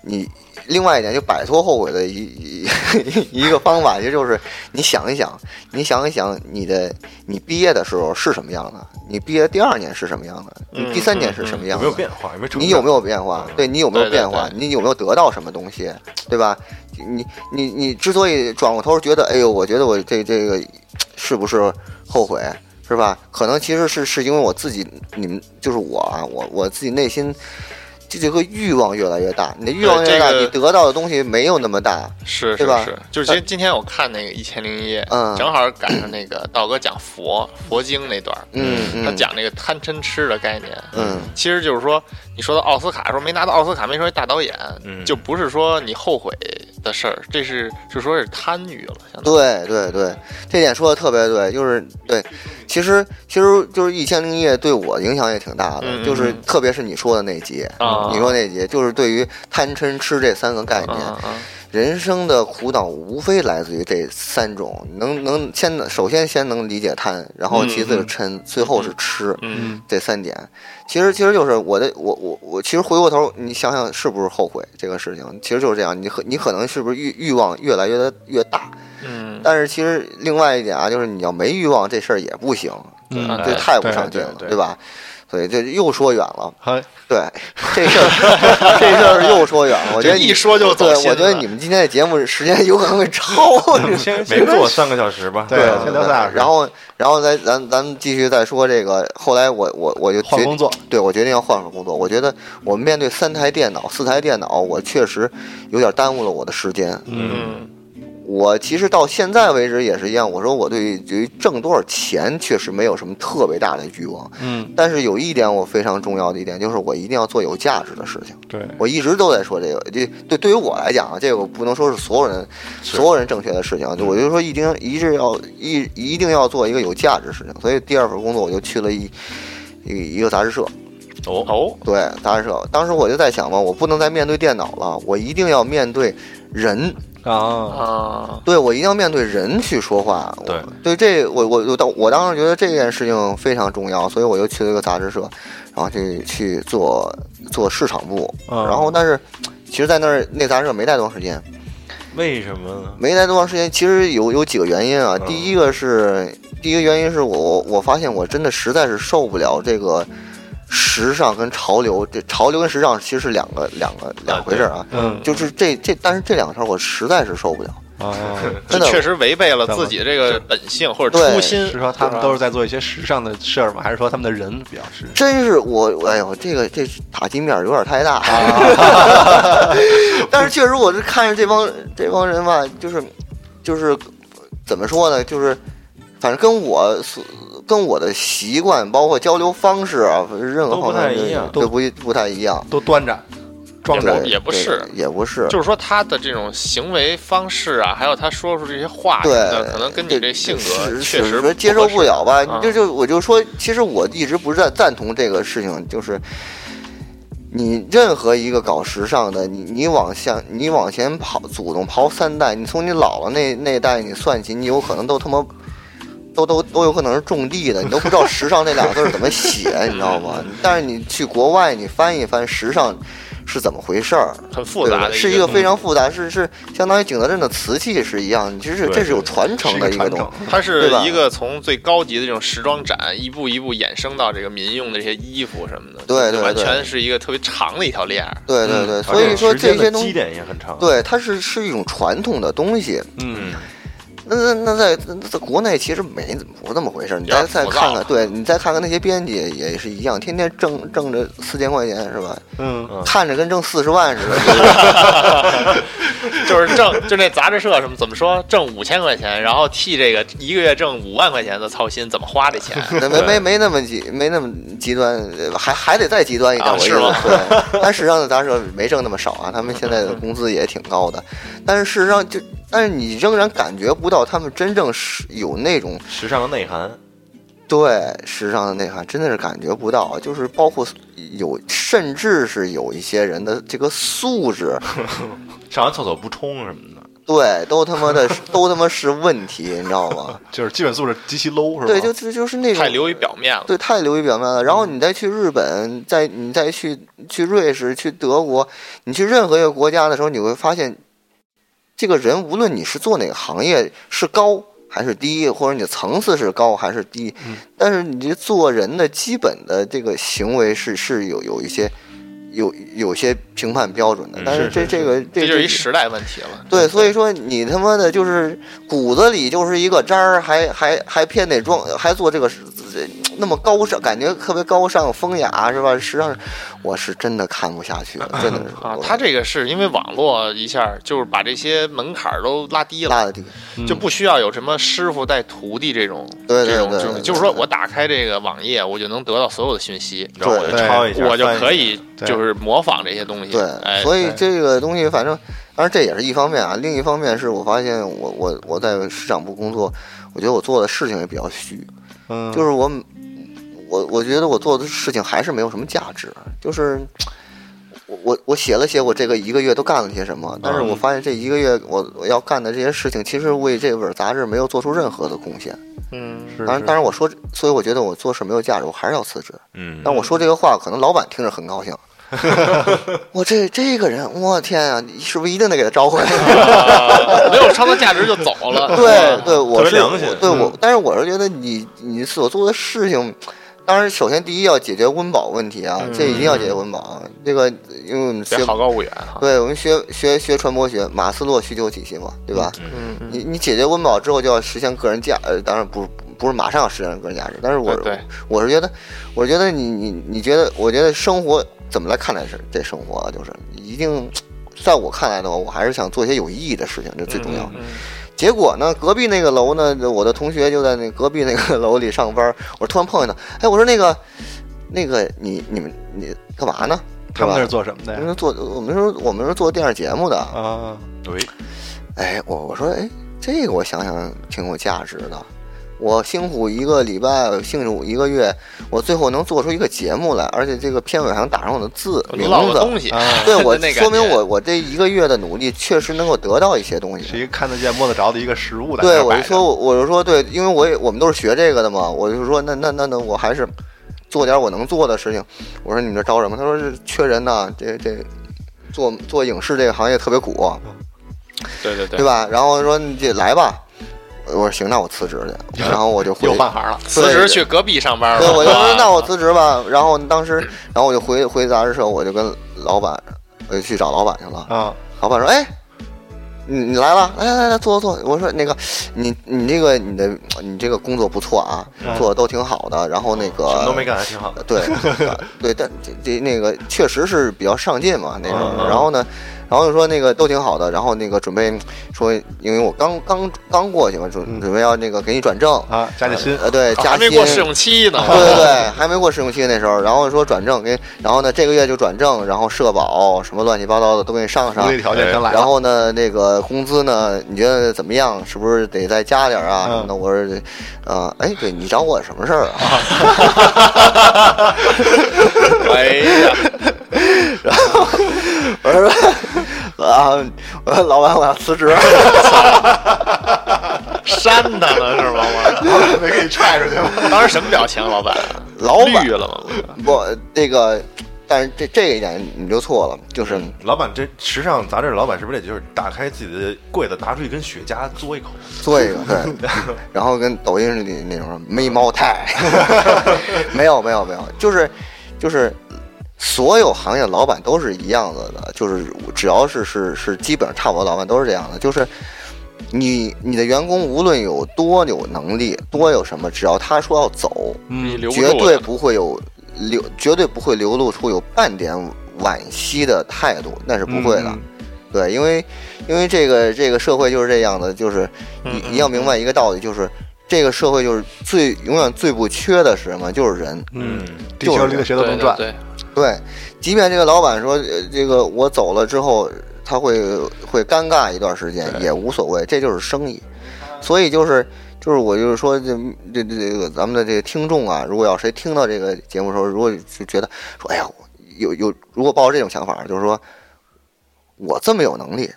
你另外一点，就摆脱后悔的一一 一个方法，其实就是你想一想，你想一想你的你毕业的时候是什么样的，你毕业第二年是什么样的，你第三年是什嗯么有样没的，有变化？有没有成长？你有没有变化嗯？对你有没有对对变化？对你有没有得到什么东西？对吧？你你你之所以转过头觉得，哎呦，我觉得我这这个是不是后悔？是吧？可能其实是是因为我自己，你们就是我啊，我我自己内心这这个欲望越来越大，你的欲望对越大，这个你得到的东西没有那么大。是是对吧是，就是今今天我看那个《一千零一夜》，嗯正好赶上那个道哥讲佛佛经那段儿，嗯嗯，他讲那个贪嗔痴的概念，嗯，其实就是说，你说到奥斯卡，说没拿到奥斯卡，没说是大导演，嗯就不是说你后悔的事儿，这是就说是贪欲了，相当于对对对，这点说的特别对，就是对，其实其实就是《一千零一夜》对我影响也挺大的，嗯嗯就是嗯特别是你说的那集，啊你说那集就是对于贪嗔痴这三个概念，嗯嗯嗯人生的苦恼无非来自于这三种，能能先首先先能理解贪，然后嗯其次是嗯嗔，最后是痴，嗯嗯这三点，其实其实就是我的我我我，其实回过头你想想是不是后悔这个事情，其实就是这样，你可你可能是不是欲欲望越来越的越大。嗯，但是其实另外一点啊，就是你要没欲望，这事儿也不行，嗯，这哎太不对上进了，对对吧？所以这又说远了，还对这事儿，这事儿又说远了。我觉得这你一说就走对，心我觉得了你们今天的节目时间有可能会超，先没做三个小时吧？对啊先聊仨小时然后，然后再咱咱们继续再说这个。后来我我我就决换工作，对我决定要换份工作。我觉得我面对三台电脑、四台电脑，我确实有点耽误了我的时间。嗯嗯，我其实到现在为止也是一样，我说我对于对于挣多少钱确实没有什么特别大的欲望，嗯，但是有一点我非常重要的一点就是我一定要做有价值的事情。对，我一直都在说这个，这对对于我来讲啊，这个不能说是所有人所有人正确的事情啊，就我就说一定一定要一一定要做一个有价值的事情，所以第二份工作我就去了一一一个杂志社，哦哦，对杂志社，当时我就在想嘛，我不能再面对电脑了，我一定要面对人，啊，啊，对我一定要面对人去说话。我对对，这我我我当我当时觉得这件事情非常重要，所以我就去了一个杂志社，然后去去做做市场部，嗯然后但是其实，在那儿那杂志社没待多长时间，为什么呢？没待多长时间，其实有有几个原因啊，嗯第一个是第一个原因是我我我发现我真的实在是受不了这个。时尚跟潮流，这潮流跟时尚其实是两个两个两回事儿啊，嗯就是这这，但是这两条我实在是受不了，啊，这真的确实违背了咱自们己的这个本性或者对初 心。是说他们吧都是在做一些时尚的事儿吗？还是说他们的人比较时尚？真是我，哎呦，这个这打击面儿有点太大。 但是确实，我是看着这帮这帮人吧，就是就是怎么说呢，就是反正跟我所跟我的习惯，包括交流方式啊，任都何不方太面一样都不不太一样。都端着，装也着不，也不对是也不是，就是说他的这种行为方式啊，还有他说出这些话什对么的，可能跟你这性格是确实是接受不合适。了吧？啊就就我就说，其实我一直不是在赞同这个事情，就是你任何一个搞时尚的，你你往向你往前跑，祖宗刨三代，你从你姥姥那那代你算起，你有可能都他妈。都都都有可能是种地的，你都不知道“时尚”这俩字儿怎么写，你知道吗？但是你去国外，你翻一翻“时尚”是怎么回事儿，很复杂对的，是一一个非常复杂，是是相当于景德镇的瓷器是一样，你这是对这是有传承的一是一个个传东西承。它是对吧一个从最高级的这种时装展，一步一步衍生到这个民用的这些衣服什么的，对对就完对全是一个特别长的一条链儿。对对对，而所且以说时间这的些东积西，淀也很长。，对它是是一种传统的东西。嗯，那那那在那在国内其实没不是那么回事儿，你比较再再浮躁看看，对你再看看那些编辑也是一样，天天挣挣着四千块钱是吧？嗯，嗯看着跟挣四十万似的。就是挣，就那杂志社什么怎么说，挣五千块钱，然后替这个一个月挣五万块钱的操心怎么花这钱。没 没没没那么极没那么极端，呃还还得再极端一点，啊我意思是吗对，但实际上呢，咱说没挣那么少啊，他们现在的工资也挺高的，但是事实上就，但是你仍然感觉不到他们真正是有那种时尚的内涵，对时尚的内涵，真的是感觉不到，啊就是包括有，甚至是有一些人的这个素质，上完厕所不冲什么的。对，都他妈的都他妈是问题，你知道 吗？就是基本素质极其 low，是吧？对，就就就是那种太流于表面了，对，太流于表面了。然后你再去日本，再你再去去瑞士、去德国，你去任何一个国家的时候，你会发现，这个人无论你是做哪个行业，是高还是低，或者你的层次是高还是低，但是你这做人的基本的这个行为是是有有一些有有些评判标准的嗯。但是这是这是个这这就是一这时代问题了。对，所以说你他妈的就是骨子里就是一个渣儿，还还还偏得装，还做这个这那么高尚，感觉特别高尚风雅是吧？实际上，我是真的看不下去了，真的是啊，他这个是因为网络一下就是把这些门槛儿都拉低了，拉的低，就不需要有什么师傅带徒弟这种对对这种对这对种，就是说我打开这个网页，我就能得到所有的讯息，然后我就抄一下，我就翻一下可以对就是模仿这些东西。对，哎，所以对这个东西反正，当然这也是一方面啊，另一方面是我发现我我我在市场部工作，我觉得我做的事情也比较虚，嗯，就是我我我觉得我做的事情还是没有什么价值，就是我我我写了写我这个一个月都干了些什么，但嗯是我发现这一个月我我要干的这些事情，其实为这本杂志没有做出任何的贡献。嗯，是当然，当然我说，所以我觉得我做事没有价值，我还是要辞职。嗯，但我说这个话，可能老板听着很高 兴。 我这这个人，我天啊，你是不是一定得给他招回来？啊没有创造价值就走 了。 对对，我特是别良心我对我，但是我是觉得你你所做的事情，当然首先第一要解决温饱问题啊，这一定要解决温饱啊。这个因为我们学别好高骛远哈。对我们学学学传播学，马斯洛需求体系嘛，对吧？嗯，嗯你你解决温饱之后，就要实现个人价，呃，当然不是不是马上要实现个人价值，但是我对对我是觉得，我觉得你你你觉得，我觉得生活怎么来看待这这生活啊，就是一定，在我看来的话，我还是想做一些有意义的事情，这最重要。嗯嗯结果呢，隔壁那个楼呢，我的同学就在那隔壁那个楼里上班， 我突然碰见他，哎，我说那个，那个你你们你干嘛呢？他们那对吧嗯是做什么的我呀？们是做我们是我们是做电视节目的，啊，对，哎，我我说，哎，这个我想想挺有价值的。我辛苦一个礼拜，辛苦一个月，我最后能做出一个节目来，而且这个片尾还能打上我的字名嗯落个字。东西啊，对我 那感觉说明我我这一个月的努力确实能够得到一些东是西。一个看得见摸得着的一个实物的。对，我就说，我我就说，对，因为我也我们都是学这个的嘛，我就说，那那那那，我还是做点我能做的事情。我说你们这招什么？他说是缺人呐、这这做做影视这个行业特别苦。对对对对，吧？然后说你这来吧，我说行，那我辞职去，然后我就回又换行了。辞职去隔壁上班了。啊对，我就说哇那我辞职吧。然后当时，然后我就回回杂志社，我就跟老板，我就去找老板去了。啊，老板说：“哎，你你来了，来来来来，坐坐。”我说：“那个，你你这个你的你这个工作不错啊，做的都挺好的。然后那个什么都没干，还挺好的。对啊对，但这这那个确实是比较上进嘛那时嗯候。嗯然后呢，然后就说那个都挺好的，然后那个准备说，因为我刚刚刚过去嘛，准准备要那个给你转正，啊，加点心呃对，哦还加没薪。过试用期呢，对 对对，还没过试用期那时候，然后说转正给，然后呢这个月就转正，然后社保什么乱七八糟的都给你上上福，利条件全来了。嗯然后呢，那个工资呢，你觉得怎么样？是不是得再加点儿啊？嗯什么的？我说，呃，哎，对你找我什么事儿啊？哎呀，我说，啊，我说老板，我要辞职。扇他了是吗？我没给你踹出去吗？ 当时什么表情，老板？老板绿了吗？不，这个，但是这这一点你就错了，就是老板，这时尚杂志的老板是不是得就是打开自己的柜子，拿出一根雪茄嘬一口？ 嗯做一个对，然后跟抖音里那种没茅台， 没有没有没有，就是就是。所有行业老板都是一样子的，就是只要是是是基本上差不多，老板都是这样的。就是你你的员工无论有多有能力，多有什么，只要他说要走，嗯你留不绝住对了。不会有流，绝对不会流露出有半点惋惜的态度，那是不会的。嗯对，因为因为这个这个社会就是这样的，就是你、嗯嗯你要明白一个道理，就是这个社会就是最永远最不缺的是什么？就是人。嗯，地球离的谁都能转。对，对，即便这个老板说，呃这个我走了之后，他会会尴尬一段时间，也无所谓，这就是生意。所以就是就是我就是说，这这这这个咱们的这个听众啊，如果要谁听到这个节目的时候，如果就觉得说，哎呀，我有有，如果抱着这种想法，就是说我这么有能力，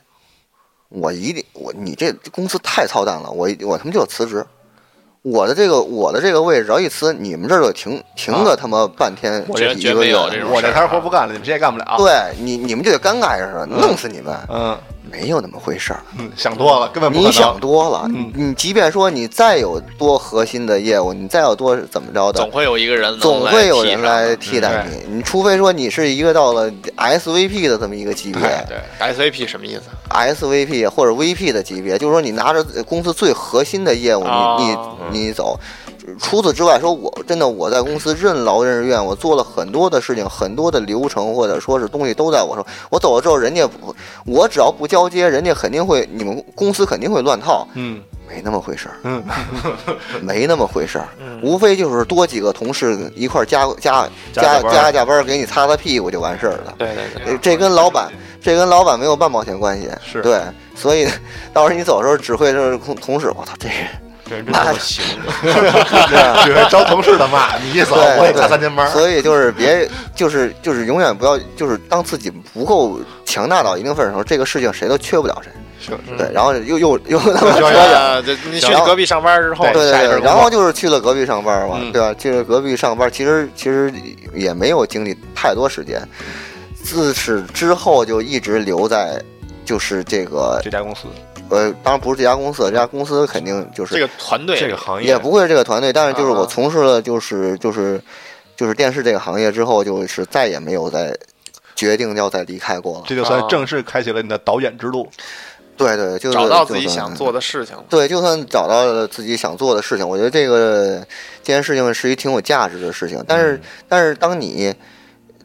我一定我你这公司太操蛋了，我一我他妈就要辞职。我的这个我的这个位置，只要一辞，你们这儿就停停啊个他妈半天，绝一绝个没月有这种我这摊儿活不干了，你们谁也干不了。对你，你们就得尴尬一声，弄死你们，嗯，没有那么回事儿。嗯想多了，根本不可你想能。多了，嗯你你即便说你再有多核心的业务，你再有多怎么着的总，会有一个人能总会有替人上来替代你。你除非说你是一个到了 SVP 的这么一个级别 对，SVP 什么意思？ ，SVP 或者 VP 的级别，就是说你拿着公司最核心的业务，你哦你你走。除此之外，说我真的我在公司任劳任怨，我做了很多的事情，很多的流程或者说是东西都在我手。我走了之后，人家不，我只要不交接，人家肯定会，你们公司肯定会乱套，嗯没那么回事儿，嗯， 没那么回事儿，无非就是多几个同事一块儿加加加加加班儿，给你擦擦屁股就完事儿了。对对对，呃这跟老板，这跟老板没有半毛钱关系，是对，所以到时候你走的时候，只会就是同同事，我操，这 人这人真他妈行，啊只会招同事的骂，你一走对我也干三天班儿。所以就是别，就是就是永远不要，就是当自己不够强大到一定份儿的时候，这个事情谁都缺不了谁。是嗯是对，然后又又又他又妈需要说人啊，对，你去隔壁上班之后对，对下一对对，份工作然后就是去了隔壁上班嘛，嗯对吧？去了隔壁上班，其实其实也没有经历太多时间，自此之后就一直留在。就是这个，这家公司呃，当然不是这家公司，这家公司肯定就是这个团队这个行业也不会是这个团队，但是就是啊我从事了就是就是就是电视这个行业之后，就是再也没有再决定要再离开过了。这就算啊正式开启了你的导演之路。对对，就是找到自己就算想做的事情，对，就算找到了自己想做的事情，我觉得这个这件事情是一挺有价值的事情。但是，但是当你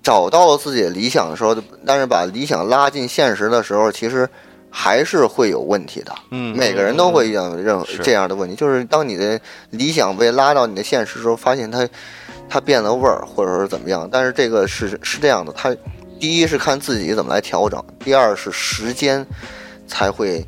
找到了自己的理想的时候，但是把理想拉进现实的时候，其实还是会有问题的。嗯每个人都会遇到任何是这样的问题，就是当你的理想被拉到你的现实的时候，发现它它变了味儿，或者是怎么样。但是这个是是这样的，它第一是看自己怎么来调整，第二是时间才会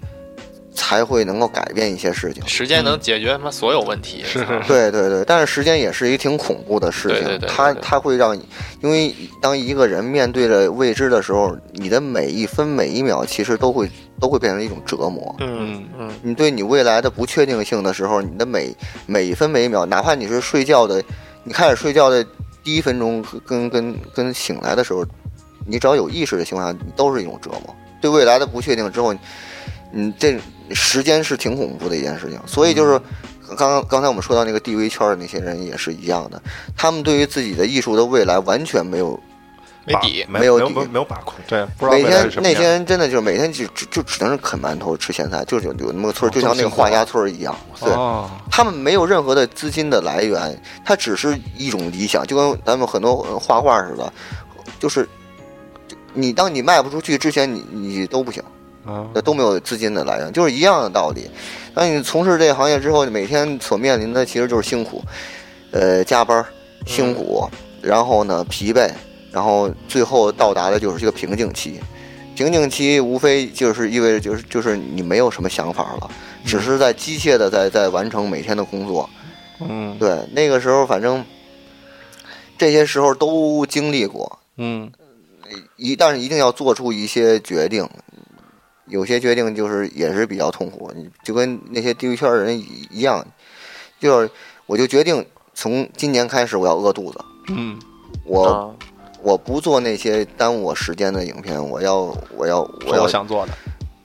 才会能够改变一些事情。时间能解决他妈所有问题。是是对对对，但是时间也是一个挺恐怖的事情，对对对对它对它会让你，因为当一个人面对着未知的时候，你的每一分每一秒其实都会都会变成一种折磨。嗯嗯，你对你未来的不确定性的时候，你的每每一分每一秒，哪怕你是睡觉的，你开始睡觉的第一分钟跟跟跟醒来的时候，你只要有意识的情况下，你都是一种折磨。对未来的不确定之后，你这时间是挺恐怖的一件事情。所以就是刚刚才我们说到那个地位圈的那些人也是一样的，他们对于自己的艺术的未来完全没有没把底。没没有没有底没有没有把控，对，不知道每未来是天什么那样些人真的就是每天就只就只能是啃馒头吃咸菜，就是有有那么个村儿，就像那个画家村儿一样，对。哦，他们没有任何的资金的来源，它只是一种理想，就跟咱们很多呃画画似的，就是你当你卖不出去之前，你你都不行，啊都没有资金的来源，就是一样的道理。当你从事这个行业之后，每天所面临的其实就是辛苦，呃，加班儿辛苦，然后呢疲惫，然后最后到达的就是一个瓶颈期。瓶颈期无非就是意味着就是就是你没有什么想法了，只是在机械的在在完成每天的工作。嗯对，那个时候反正这些时候都经历过，嗯一但是一定要做出一些决定，有些决定就是也是比较痛苦，你就跟那些地狱圈儿人一一样，就是我就决定从今年开始我要饿肚子，嗯我、啊我不做那些耽误我时间的影片，我要我要我做要我想做的，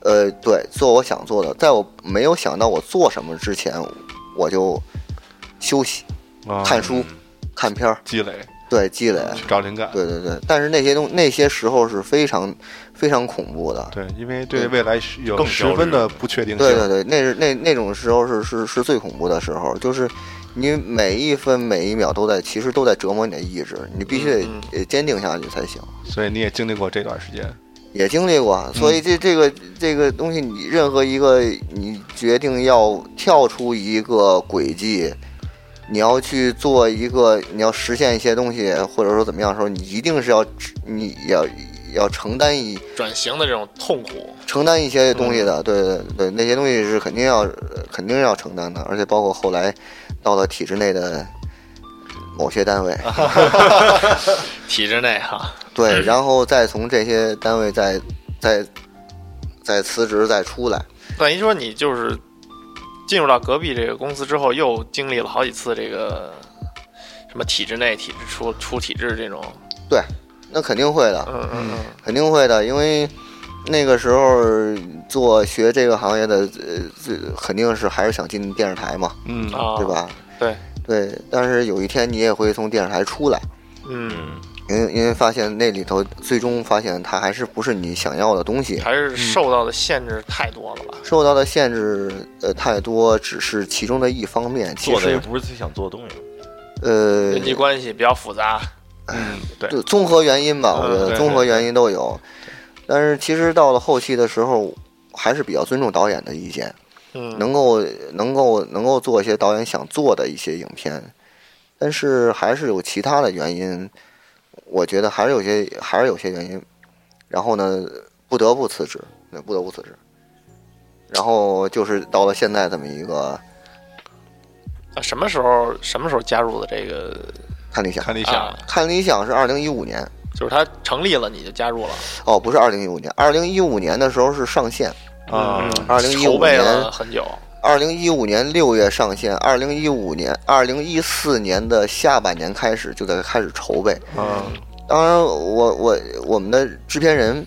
呃对做我想做的，在我没有想到我做什么之前，我就休息、啊嗯看书、看片儿，嗯积累对积累。去找灵感，对对对，但是那些东那些时候是非常非常恐怖的，对，因为对对未来是有更十焦虑分的不确定性，对对对，那是那那种时候是是是最恐怖的时候，就是你每一分每一秒都在，其实都在折磨你的意志，你必须得嗯得坚定下去才行。所以你也经历过这段时间，也经历过，啊所嗯以这这个这个东西，你任何一个你决定要跳出一个轨迹，你要去做一个，你要实现一些东西，或者说怎么样的时候，你一定是要你要要承担一转型的这种痛苦，承担一些东西嗯的，对对对，那些东西是肯定要呃肯定要承担的，而且包括后来到了体制内的某些单位，啊体制内哈，对，然后再从这些单位再再再辞职再出来，等于说你就是进入到隔壁这个公司之后，又经历了好几次这个什么体制内、体制出、出体制这种，那肯定会的，嗯嗯嗯，肯定会的，因为那个时候做学这个行业的，呃，最肯定是还是想进电视台嘛，嗯啊，对？吧？对对，但是有一天你也会从电视台出来。嗯，嗯，因为因为发现那里头最终发现它还是不是你想要的东嗯西，还是受到的限制太多了吧？受到的限制呃太多，只是其中的一方面。其做的也实不是自己想做的东西，呃，人际关系比较复杂，嗯，对，就综合原因吧，嗯我觉对得综合原因都有。但是其实到了后期的时候，还是比较尊重导演的意见，嗯，能够能够能够做一些导演想做的一些影片，但是还是有其他的原因，我觉得还是有些还是有些原因，然后呢不得不辞职，对不得不辞职，然后就是到了现在这么一个那啊什么时候什么时候加入的这个？看理想，看理啊想，，看理想是二零一五年，就是他成立了你就加入了，哦不是二零一五年，二零一五年的时候是上线，啊嗯， 2015筹备了年很久，二零一五年六月上线，二零一五年二零一四年的下半年开始就在开始筹备。嗯当然我，我我们的制片人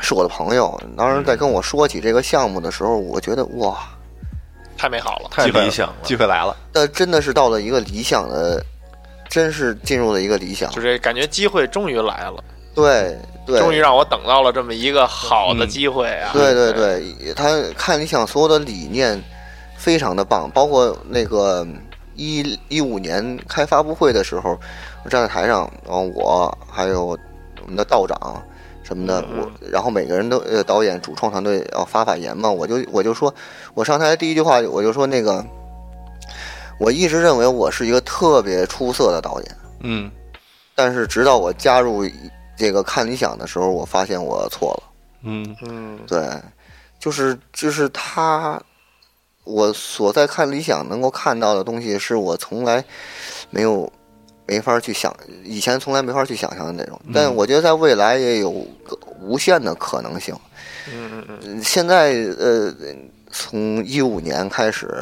是我的朋友。当时在跟我说起这个项目的时候，我觉得哇，太美好了，太机会理想了机会来了，那真的是到了一个理想的，真是进入了一个理想就。这感觉机会终于来了，对对，终于让我等到了这么一个好的嗯机会啊！对对对，他看理想所有的理念非常的棒，包括那个一一五年开发布会的时候，我站在台上，然后我还有我们的道长，什么的，我然后每个人都呃导演主创团队要发发言嘛，我就我就说，我上台第一句话我就说那个，我一直认为我是一个特别出色的导演，嗯但是直到我加入这个看理想的时候，我发现我错了。嗯嗯，对，就是就是他，我所在看理想能够看到的东西，是我从来没有没法去想，以前从来没法去想象的那种。但我觉得在未来也有个无限的可能性。嗯嗯嗯。现在呃，从一五年开始，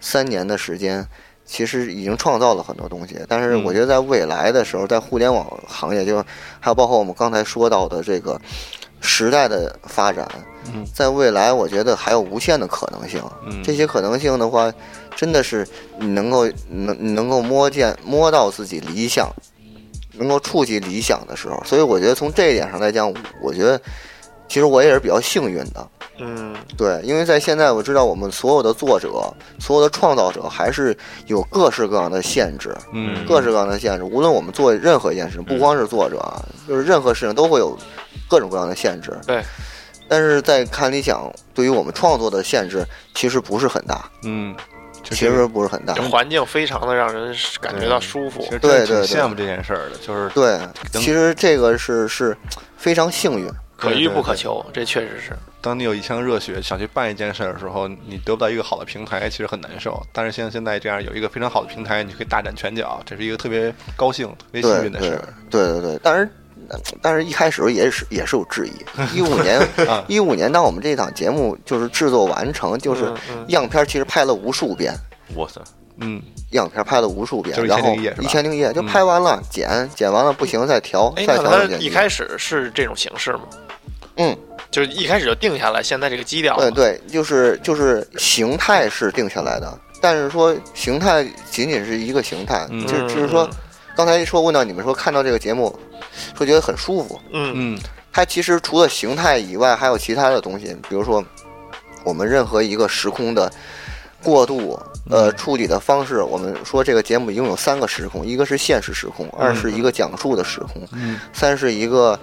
三年的时间。其实已经创造了很多东西，但是我觉得在未来的时候，在互联网行业，就是还有包括我们刚才说到的这个时代的发展，在未来，我觉得还有无限的可能性。这些可能性的话，真的是你能够能你能够摸见摸到自己理想，能够触及理想的时候。所以我觉得从这一点上来讲，我觉得其实我也是比较幸运的。嗯，对，因为在现在我知道我们所有的作者、所有的创造者还是有各式各样的限制，嗯各式各样的限制。无论我们做任何一件事，不光是作者，啊，就是任何事情都会有各种各样的限制。对，但是在看理想，对于我们创作的限制其实不是很大，嗯，其实不是很大这。环境非常的让人感觉到舒服其。实对真对的挺对羡慕这件事儿的，就是对，能其实这个是是非常幸运。可遇不可对对对求，这确实是。当你有一腔热血想去办一件事儿的时候，你得不到一个好的平台，其实很难受。但是像现在这样有一个非常好的平台，你就可以大展拳脚，这是一个特别高兴、特别幸对运的对事儿。对对对，但是。但是，一开始也是也是有质疑。一五年，一五年，当我们这档节目就是制作完成，就是嗯嗯样片，其实拍了无数遍，我操，嗯，样片拍了无数遍，就是然后1001夜是吧嗯一千零一夜就拍完了，剪剪完了不行再调，哎，再那调再他剪辑。一开始是这种形式吗？嗯，就是一开始就定下来，现在这个基调。对呃对，就是就是形态是定下来的，但是说形态仅仅是一个形态，嗯就是就是说，刚才说问到你们说看到这个节目，说觉得很舒服，嗯，嗯它其实除了形态以外，还有其他的东西，比如说我们任何一个时空的过渡，嗯呃，处理的方式，我们说这个节目一共有三个时空，一个是现实时空，嗯二是一个讲述的时空，嗯三是一个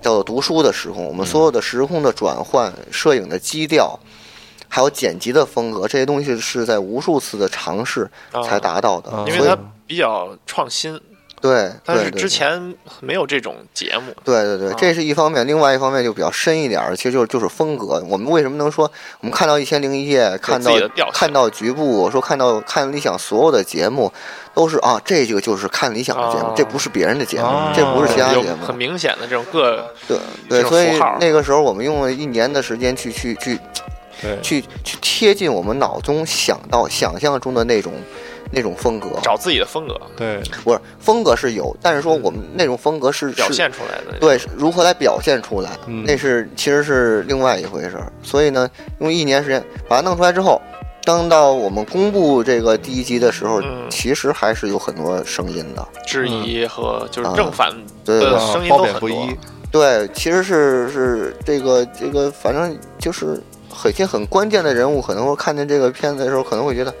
叫做读书的时空。我嗯们所有的时空的转换、摄影的基调，还有剪辑的风格，这些东西是在无数次的尝试啊才达到的，啊因为嗯所以它比较创新，对，但对是对之前没有这种节目。对对对，啊这是一方面，另外一方面就比较深一点儿，其实就是就是风格。我们为什么能说我们看到一千零一夜，看到自己的调性看到局部，说看到看理想所有的节目，都是啊，这个就是看理想的节目，哦这不是别人的节目，哦这不是其他啊有节目。哦很明显的这种个，对对，这种所以符号那个时候我们用了一年的时间去去去对去去贴近我们脑中想到想象中的那种那种风格。找自己的风格对，不是风格是有，但是说我们那种风格是表是现出来的。对，如何来表现出来，嗯那是其实是另外一回事儿。所以呢，用一年时间把它弄出来之后，当到我们公布这个第一集的时候，嗯其实还是有很多声音的。质疑和就是啊正反对的对声音褒都贬很不多一。。对，其实是是这个这个，反正就是很些很关键的人物，可能会看见这个片子的时候，可能会觉得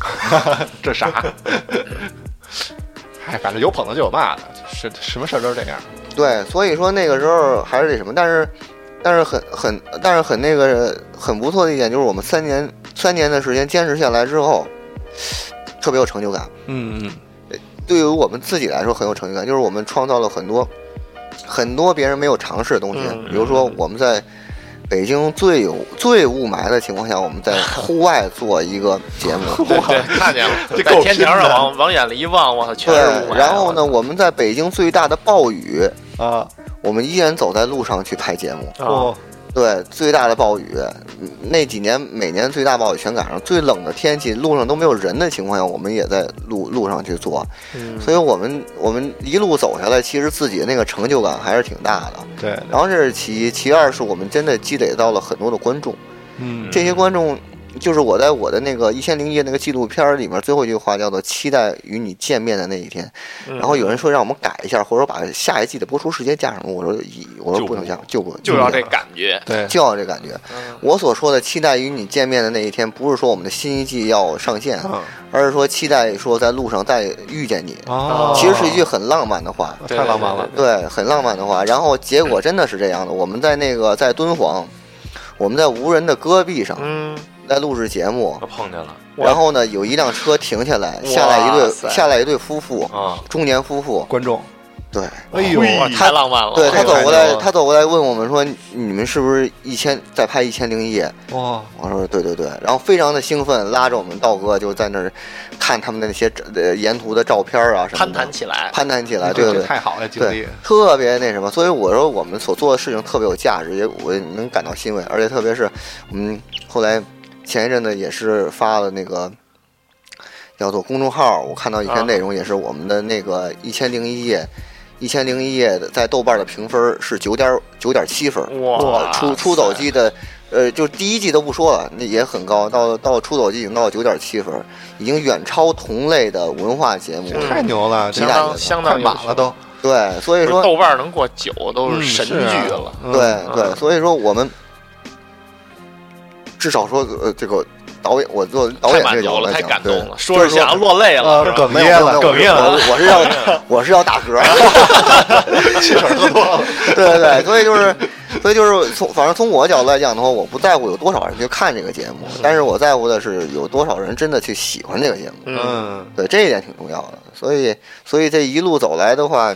啊，这啥？ 哎，反正有捧的就有骂的，是什么事儿都是这样。对，所以说那个时候还是那什么，但是但是很很但是很那个很不错的一点就是我们三年三年的时间坚持下来之后，特别有成就感。嗯嗯对于我们自己来说很有成就感，就是我们创造了很多很多别人没有尝试的东西，嗯比如说我们在。北京最有最雾霾的情况下，我们在户外做一个节目，对 对，看见了，这在够天拼桥上的往往眼里一望，我操，全对是雾霾。啊然后呢，我我们在北京最大的暴雨，啊，我们依然走在路上去拍节目。操哦，对，最大的暴雨，嗯那几年每年最大暴雨全赶上，最冷的天气，路上都没有人的情况下，我们也在路路上去做，嗯所以我们我们一路走下来，其实自己的那个成就感还是挺大的。对，然后这是其一，其二是我们真的积累到了很多的观众，嗯这些观众就是我在我的那个《一千零一夜》那个纪录片儿里面，最后一句话叫做“期待与你见面的那一天”。然后有人说让我们改一下，或者说把下一季的播出时间加上。我说以我说不能加，就不就要这感觉。对，就要这感觉。嗯我所说的期待与你见面的那一天，不是说我们的新一季要上线，嗯而是说期待说在路上再遇见你。哦其实是一句很浪漫的话，对太浪漫了，对，很浪漫的话。然后结果真的是这样的。我们在那个在敦煌，我们在无人的戈壁上嗯，在录制节目，我碰见了哇然后呢，有一辆车停下来，下来一哇对塞下来一对夫妇，哦啊，中年夫妇，观众，对，哎呦，哇嗯太浪漫了。对他哦这个走太过牛来，了他走过来问我们说，你们是不是一千在拍《一千零一夜》？哇，我说对对对，然后非常的兴奋，拉着我们道哥就在那儿看他们的那些呃沿途的照片啊什么的，攀谈起来，攀谈起来，啊这对这对太好了，经对历，，特别那什么，所以我说我们所做的事情特别有价值，也我能感到欣慰，而且特别是我们后来前一阵子也是发了那个叫做公众号，我看到一啊篇内容也是我们的那个一千零一夜。一千零一夜的在豆瓣的评分是九点九点七分，哇呃出出走季的，呃，就第一季都不说了，那也很高，到到出走季已经到九点七分，已经远超同类的文化节目嗯了。太牛了，这相感当觉相快当满了都，对，所以优秀。说豆瓣能过九都嗯是神剧了，，是啊对嗯对，嗯所以说我们至少说呃，这个导演，我做导太演这个满角足度了，来太讲感动对了，说着想要落泪了，呃是吧哽没有咽了，没有哽咽我了，我我是 要我是要打嗝，汽水喝多了，对 对对，所以就是所以就是从反正从我角度来讲的话，我不在乎有多少人去看这个节目，但是我在乎的是有多少人真的去喜欢这个节目，嗯，嗯，对这一点挺重要的。所以所以这一路走来的话，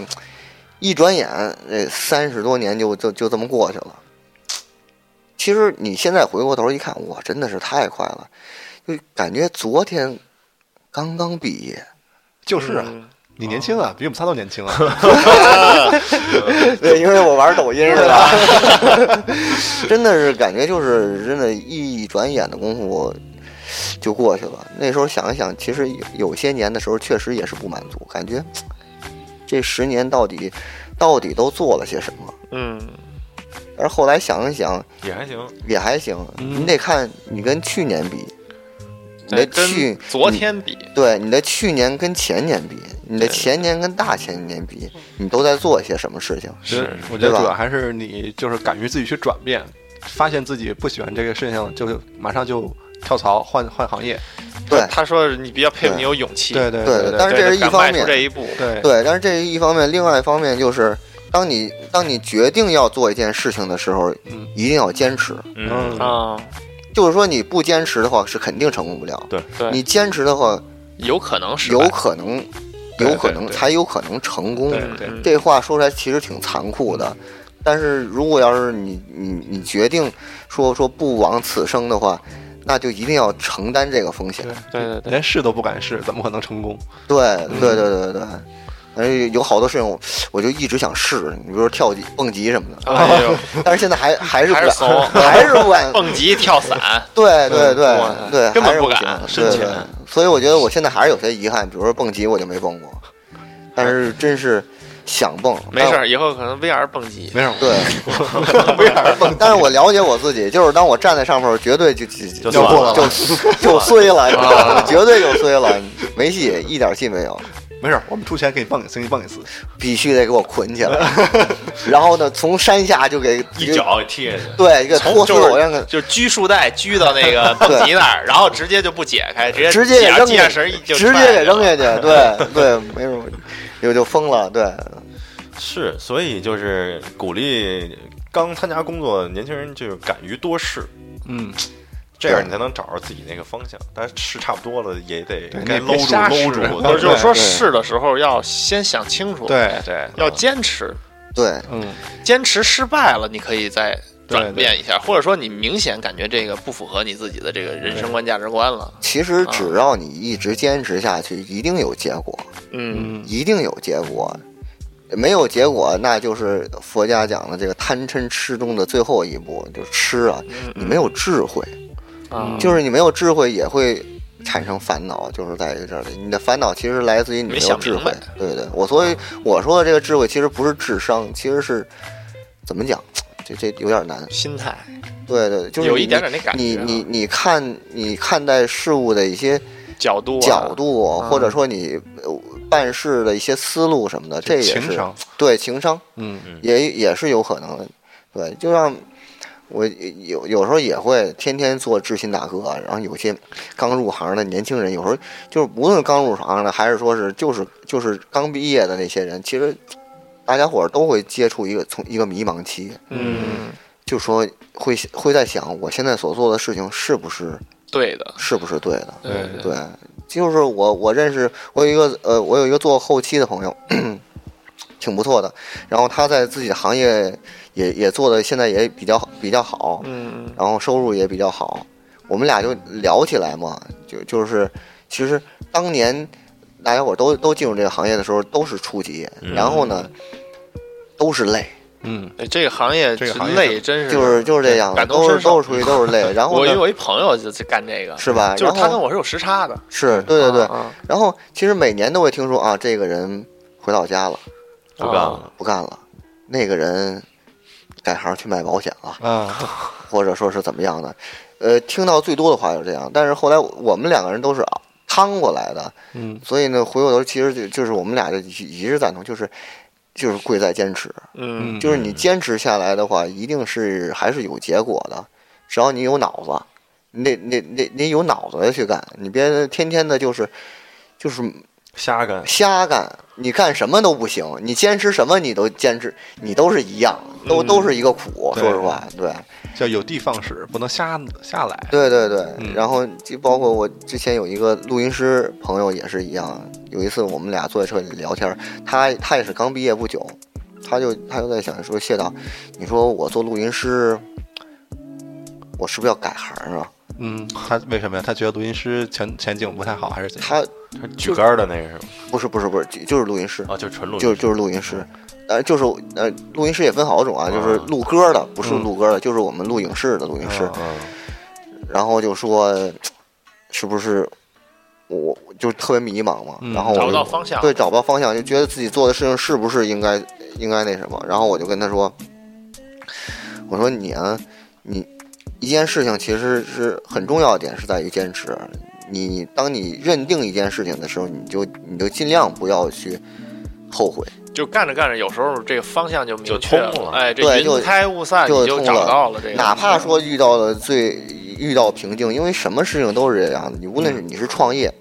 一转眼这三十多年就就就这么过去了。其实你现在回过头一看，哇，真的是太快了，就感觉昨天刚刚毕业，就是啊，嗯你年轻啊，比我们仨都年轻啊， 对，因为我玩抖音是 吧？真的是感觉就是真的，一转眼的功夫就过去了。那时候想一想，其实有有些年的时候确实也是不满足，感觉这十年到底到底都做了些什么。嗯，但是后来想一想，也还行，也还行。你得看你跟去年比，你嗯对的哎跟去昨你天比，对你的去年跟前年比，你的前年跟大前年比，你都在做一些什么事情？觉得是我觉得对吧主要还是你就是敢于自己去转变，发现自己不喜欢这个事情，就马上就跳槽换换行业。对他说你比较佩服对你有勇气，对对对对但是对这是一敢方迈出面这一步，对对，但是这是一方面，另外一方面就是，当你当你决定要做一件事情的时候，嗯一定要坚持。嗯，啊，就是说，你不坚持的话，是肯定成功不了。对，你坚持的话，有可能是有可能，对有可能对才有可能成功。对嗯对嗯这话说出来其实挺残酷的，但是如果要是你你你决定说说不枉此生的话，那就一定要承担这个风险。对对对连试都不敢试，怎么可能成功？对嗯对对对对对，哎，有好多事情我我就一直想试，你比如说跳级、蹦极什么的，哎呦，但是现在还还是不还敢是怂， 还是不 敢。蹦极、跳伞，对对哇对对，嗯根本还是不行敢对深对潜对，所以我觉得我现在还是有些遗憾，比如说蹦极我就没蹦过，但是真是想蹦，没但事儿，以后可能 VR 蹦 极，没事， 对，但是我了解我自己，就是当我站在上面儿，绝对就就就过来了就就衰了，你知啊道吗？绝对就衰了，没戏，一点戏没有，没事，我们出钱给你蹦一次，给你蹦一次。必须得给我捆起 来。然后呢，从山下就给一，脚给踢下去，对，一个从拖死就是我，让个就是拘束带拘到 那个蹦极那儿，然后直接就不解开，直接直直接给扔系下上绳儿一去，就直踹接给了扔下去， 对对，没什么，就就疯了，对是，所以就是鼓励刚参加工作的年轻人，就是敢于多试，嗯，这样对你才能找着自己那个方向。但是试差不多了，也得对该你搂别住瞎搂试住。对都就是就是说对试的时候要先想清楚，，对，对，要坚持，对嗯，坚持失败了，你可以再对转变一下，或者说你明显感觉这个不符合你自己的这个人生观价值观了，其实只要你一直坚持下去，一定有结果。嗯，嗯一定有结果。没有结果，那就是佛家讲的这个贪嗔痴中的最后一步，就是吃啊。嗯你没有智慧，啊，就是你没有智慧也会产生烦恼，就是在于这里。你的烦恼其实来自于你没有智没想明慧白。嗯对对，我所以我说的这个智慧其实不是智商，其实是怎么讲？这这有点难。心态，对对，就是有一你点点那感觉你啊你你看你看待事物的一些角度、啊，角度，嗯或者说你呃办事的一些思路什么的，这也是情商对情商嗯，也也是有可能的。对，就像我有有时候也会天天做知心大哥，啊然后有些刚入行的年轻人，有时候就是无论刚入行的，还是说是就是就是刚毕业的那些人，其实大家伙儿都会接触一个从一个迷茫期，嗯，就说会会在想我现在所做的事情是不是对的，是不是对的。对对对，就是我我认识我有一个呃，我有一个做后期的朋友， 挺不错的。然后他在自己的行业也也做的现在也比较比较好，嗯，然后收入也比较好。我们俩就聊起来嘛，就就是其实当年大家伙都都进入这个行业的时候都是初级，嗯然后呢都是累，嗯，哎这个行业这个是行业累，真是就是就是这样的，感同都身是受都是出去都是 累。然后我因为呢我一朋友就就干这个，是吧？就是他然跟后我是有时差的，是对对对，啊然后其实每年都会听说啊，这个人回老家了，不嗯干了，啊不干了；那个人改行去卖保险了，啊，或者说是怎么样的。呃，听到最多的话就是这样。但是后来我们两个人都是啊趟过来的，嗯，所以呢，回过头其实就就是我们俩就一一致赞同，就是就是贵在坚持，嗯，就是你坚持下来的话，一定是还是有结果的，只要你有脑子，你得你得你得你得有脑子去干，你别天天的就是就是瞎干，瞎干，你干什么都不行，你坚持什么你都坚持，你都是一样，都、都是一个苦。嗯对说实话，对，叫有的放矢，不能瞎下来。对对对。嗯然后就包括我之前有一个录音师朋友也是一样，有一次我们俩坐在车里聊天，他他也是刚毕业不久，他就他就在想说谢导，你说我做录音师，我是不是要改行啊？嗯，他为什么呀？他觉得录音师前前景不太好，还是怎样？他他举杆儿的那个是吗？不是不是不是，就就是录音师，哦啊，就纯录音，就是就是录音师，呃，就是呃，录音师也分好多种啊，就是录歌的，不是录歌的，就是我们录影室的录音师。嗯，然后就说，是不是我就特别迷茫嘛？嗯然后我找就不到方向，对，找不到方向，就觉得自己做的事情是不是应该应该那什么？然后我就跟他说，我说你啊，你一件事情其实是很重要的点是在于坚持。你当你认定一件事情的时候，你就你就尽量不要去后悔。就干着干着，有时候这个方向就明就确通了哎，这对云就开雾散，就你就通找了到了这个，哪怕说遇到了最遇到瓶颈，因为什么事情都是这样的。你无论是嗯你是创业，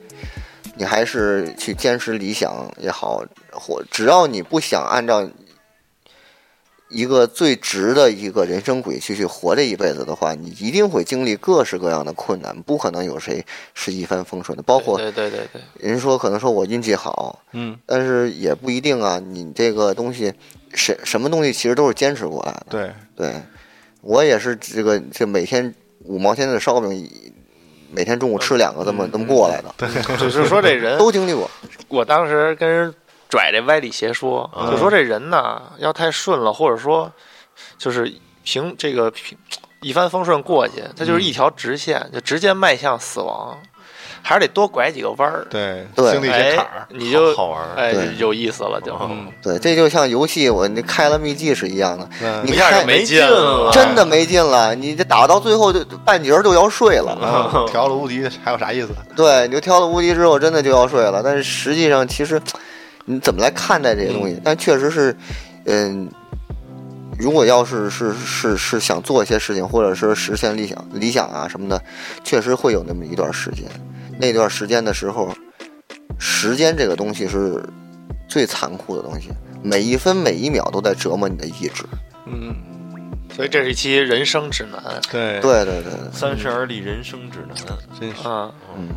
你还是去坚持理想也好，或只要你不想按照一个最直的一个人生轨迹去活这一辈子的话，你一定会经历各式各样的困难，不可能有谁是一帆风顺的。包括对对对对， 人说可能说我运气好，嗯，但是也不一定啊。你这个东西，什什么东西其实都是坚持过来的。对，对，我也是这个这每天五毛钱的烧饼，每天中午吃两个这么这么过来的，只是说这人都经历过。我当时跟人拽这歪理邪说，啊嗯就说这人呐，要太顺了，或者说就是凭这个凭一帆风顺过去，他嗯就是一条直线，就直接迈向死亡，还是得多拐几个弯儿，对，对经历一些坎哎儿，，你就好好玩儿哎对有意思了，就嗯对，这就像游戏，我那开了秘籍是一样的，嗯你一下就看没劲了真的没劲了，你这打到最后就半截儿就要睡了。啊调了无敌还有啥意思？对，你就挑了无敌之后，真的就要睡了。但是实际上，其实你怎么来看待这些东西？但确实是，嗯。如果要是是是是想做一些事情，或者是实现理想理想啊什么的，确实会有那么一段时间。那段时间的时候，时间这个东西是最残酷的东西，每一分每一秒都在折磨你的意志。嗯，所以这是一期人生指南，对，对对对对，三十而立人生指南。真是嗯，嗯，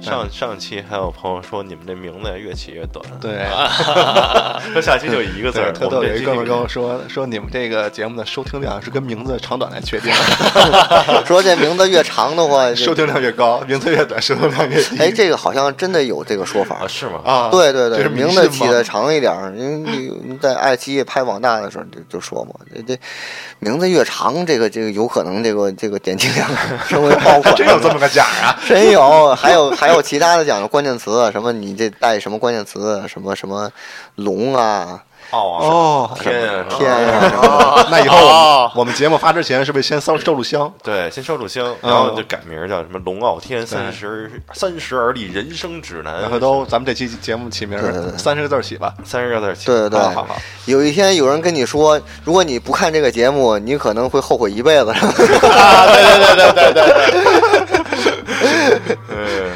上上期还有朋友说你们这名字越起越短， 对。说下期就一个字对，儿。特我逗，们有这一期哥们儿就跟我说说你们这个节目的收听量是跟名字长短来确定 的，说这名字越长的话， 收就听量越高，名字越短，收听量越低。哎，这个好像真的有这个说法啊，是吗？啊，对对这对，是迷名信字起吗的长一点儿，因为你你在爱奇艺拍网大的时候就就说嘛，这这名字越长，这 个这个有可能这个这个点击量成为爆款，真有这么个假啊？真有，还有还还有其他的讲的关键词啊，什么你这带什么关键词啊，什么什么龙啊、哦，哦，天呀，天啊，那以后我们我们节目发之前是不是先烧收录香？对，先烧录香，然后就改名叫什么“龙傲天三十三十而立人生指南”，然后都咱们这期节目起名对对对三十个字儿起吧。三十个字儿起。对对对好好好，有一天有人跟你说，如果你不看这个节目，你可能会后悔一辈子。 啊，对对对对对对对，对，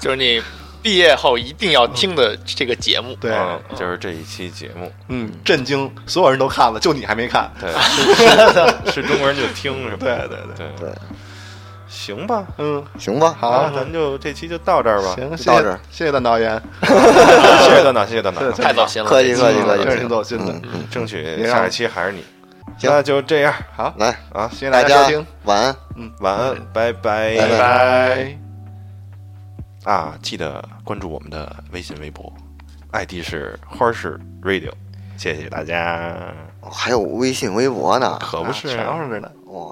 就是你毕业后一定要听的这个节目。对，嗯，就是这一期节目，嗯，震惊，所有人都看了，就你还没看。对，是是中国人就听是吧？对对对，对对，行吧，嗯，行吧，好那咱就这期就到这儿吧。行，谢到这谢儿谢谢段导演，谢谢段导，谢谢段导，对太走心了，客气这期客气客真是气挺，走心的。争取别让下一期还是你。行那就这样，好，来，啊，嗯谢谢大大家家收听，晚安。晚安，拜拜拜拜。啊！记得关注我们的微信、微博，ID 是花式 radio，谢谢大家。哦还有微信、微博呢，啊哦可不是啊，全是着呢。哇、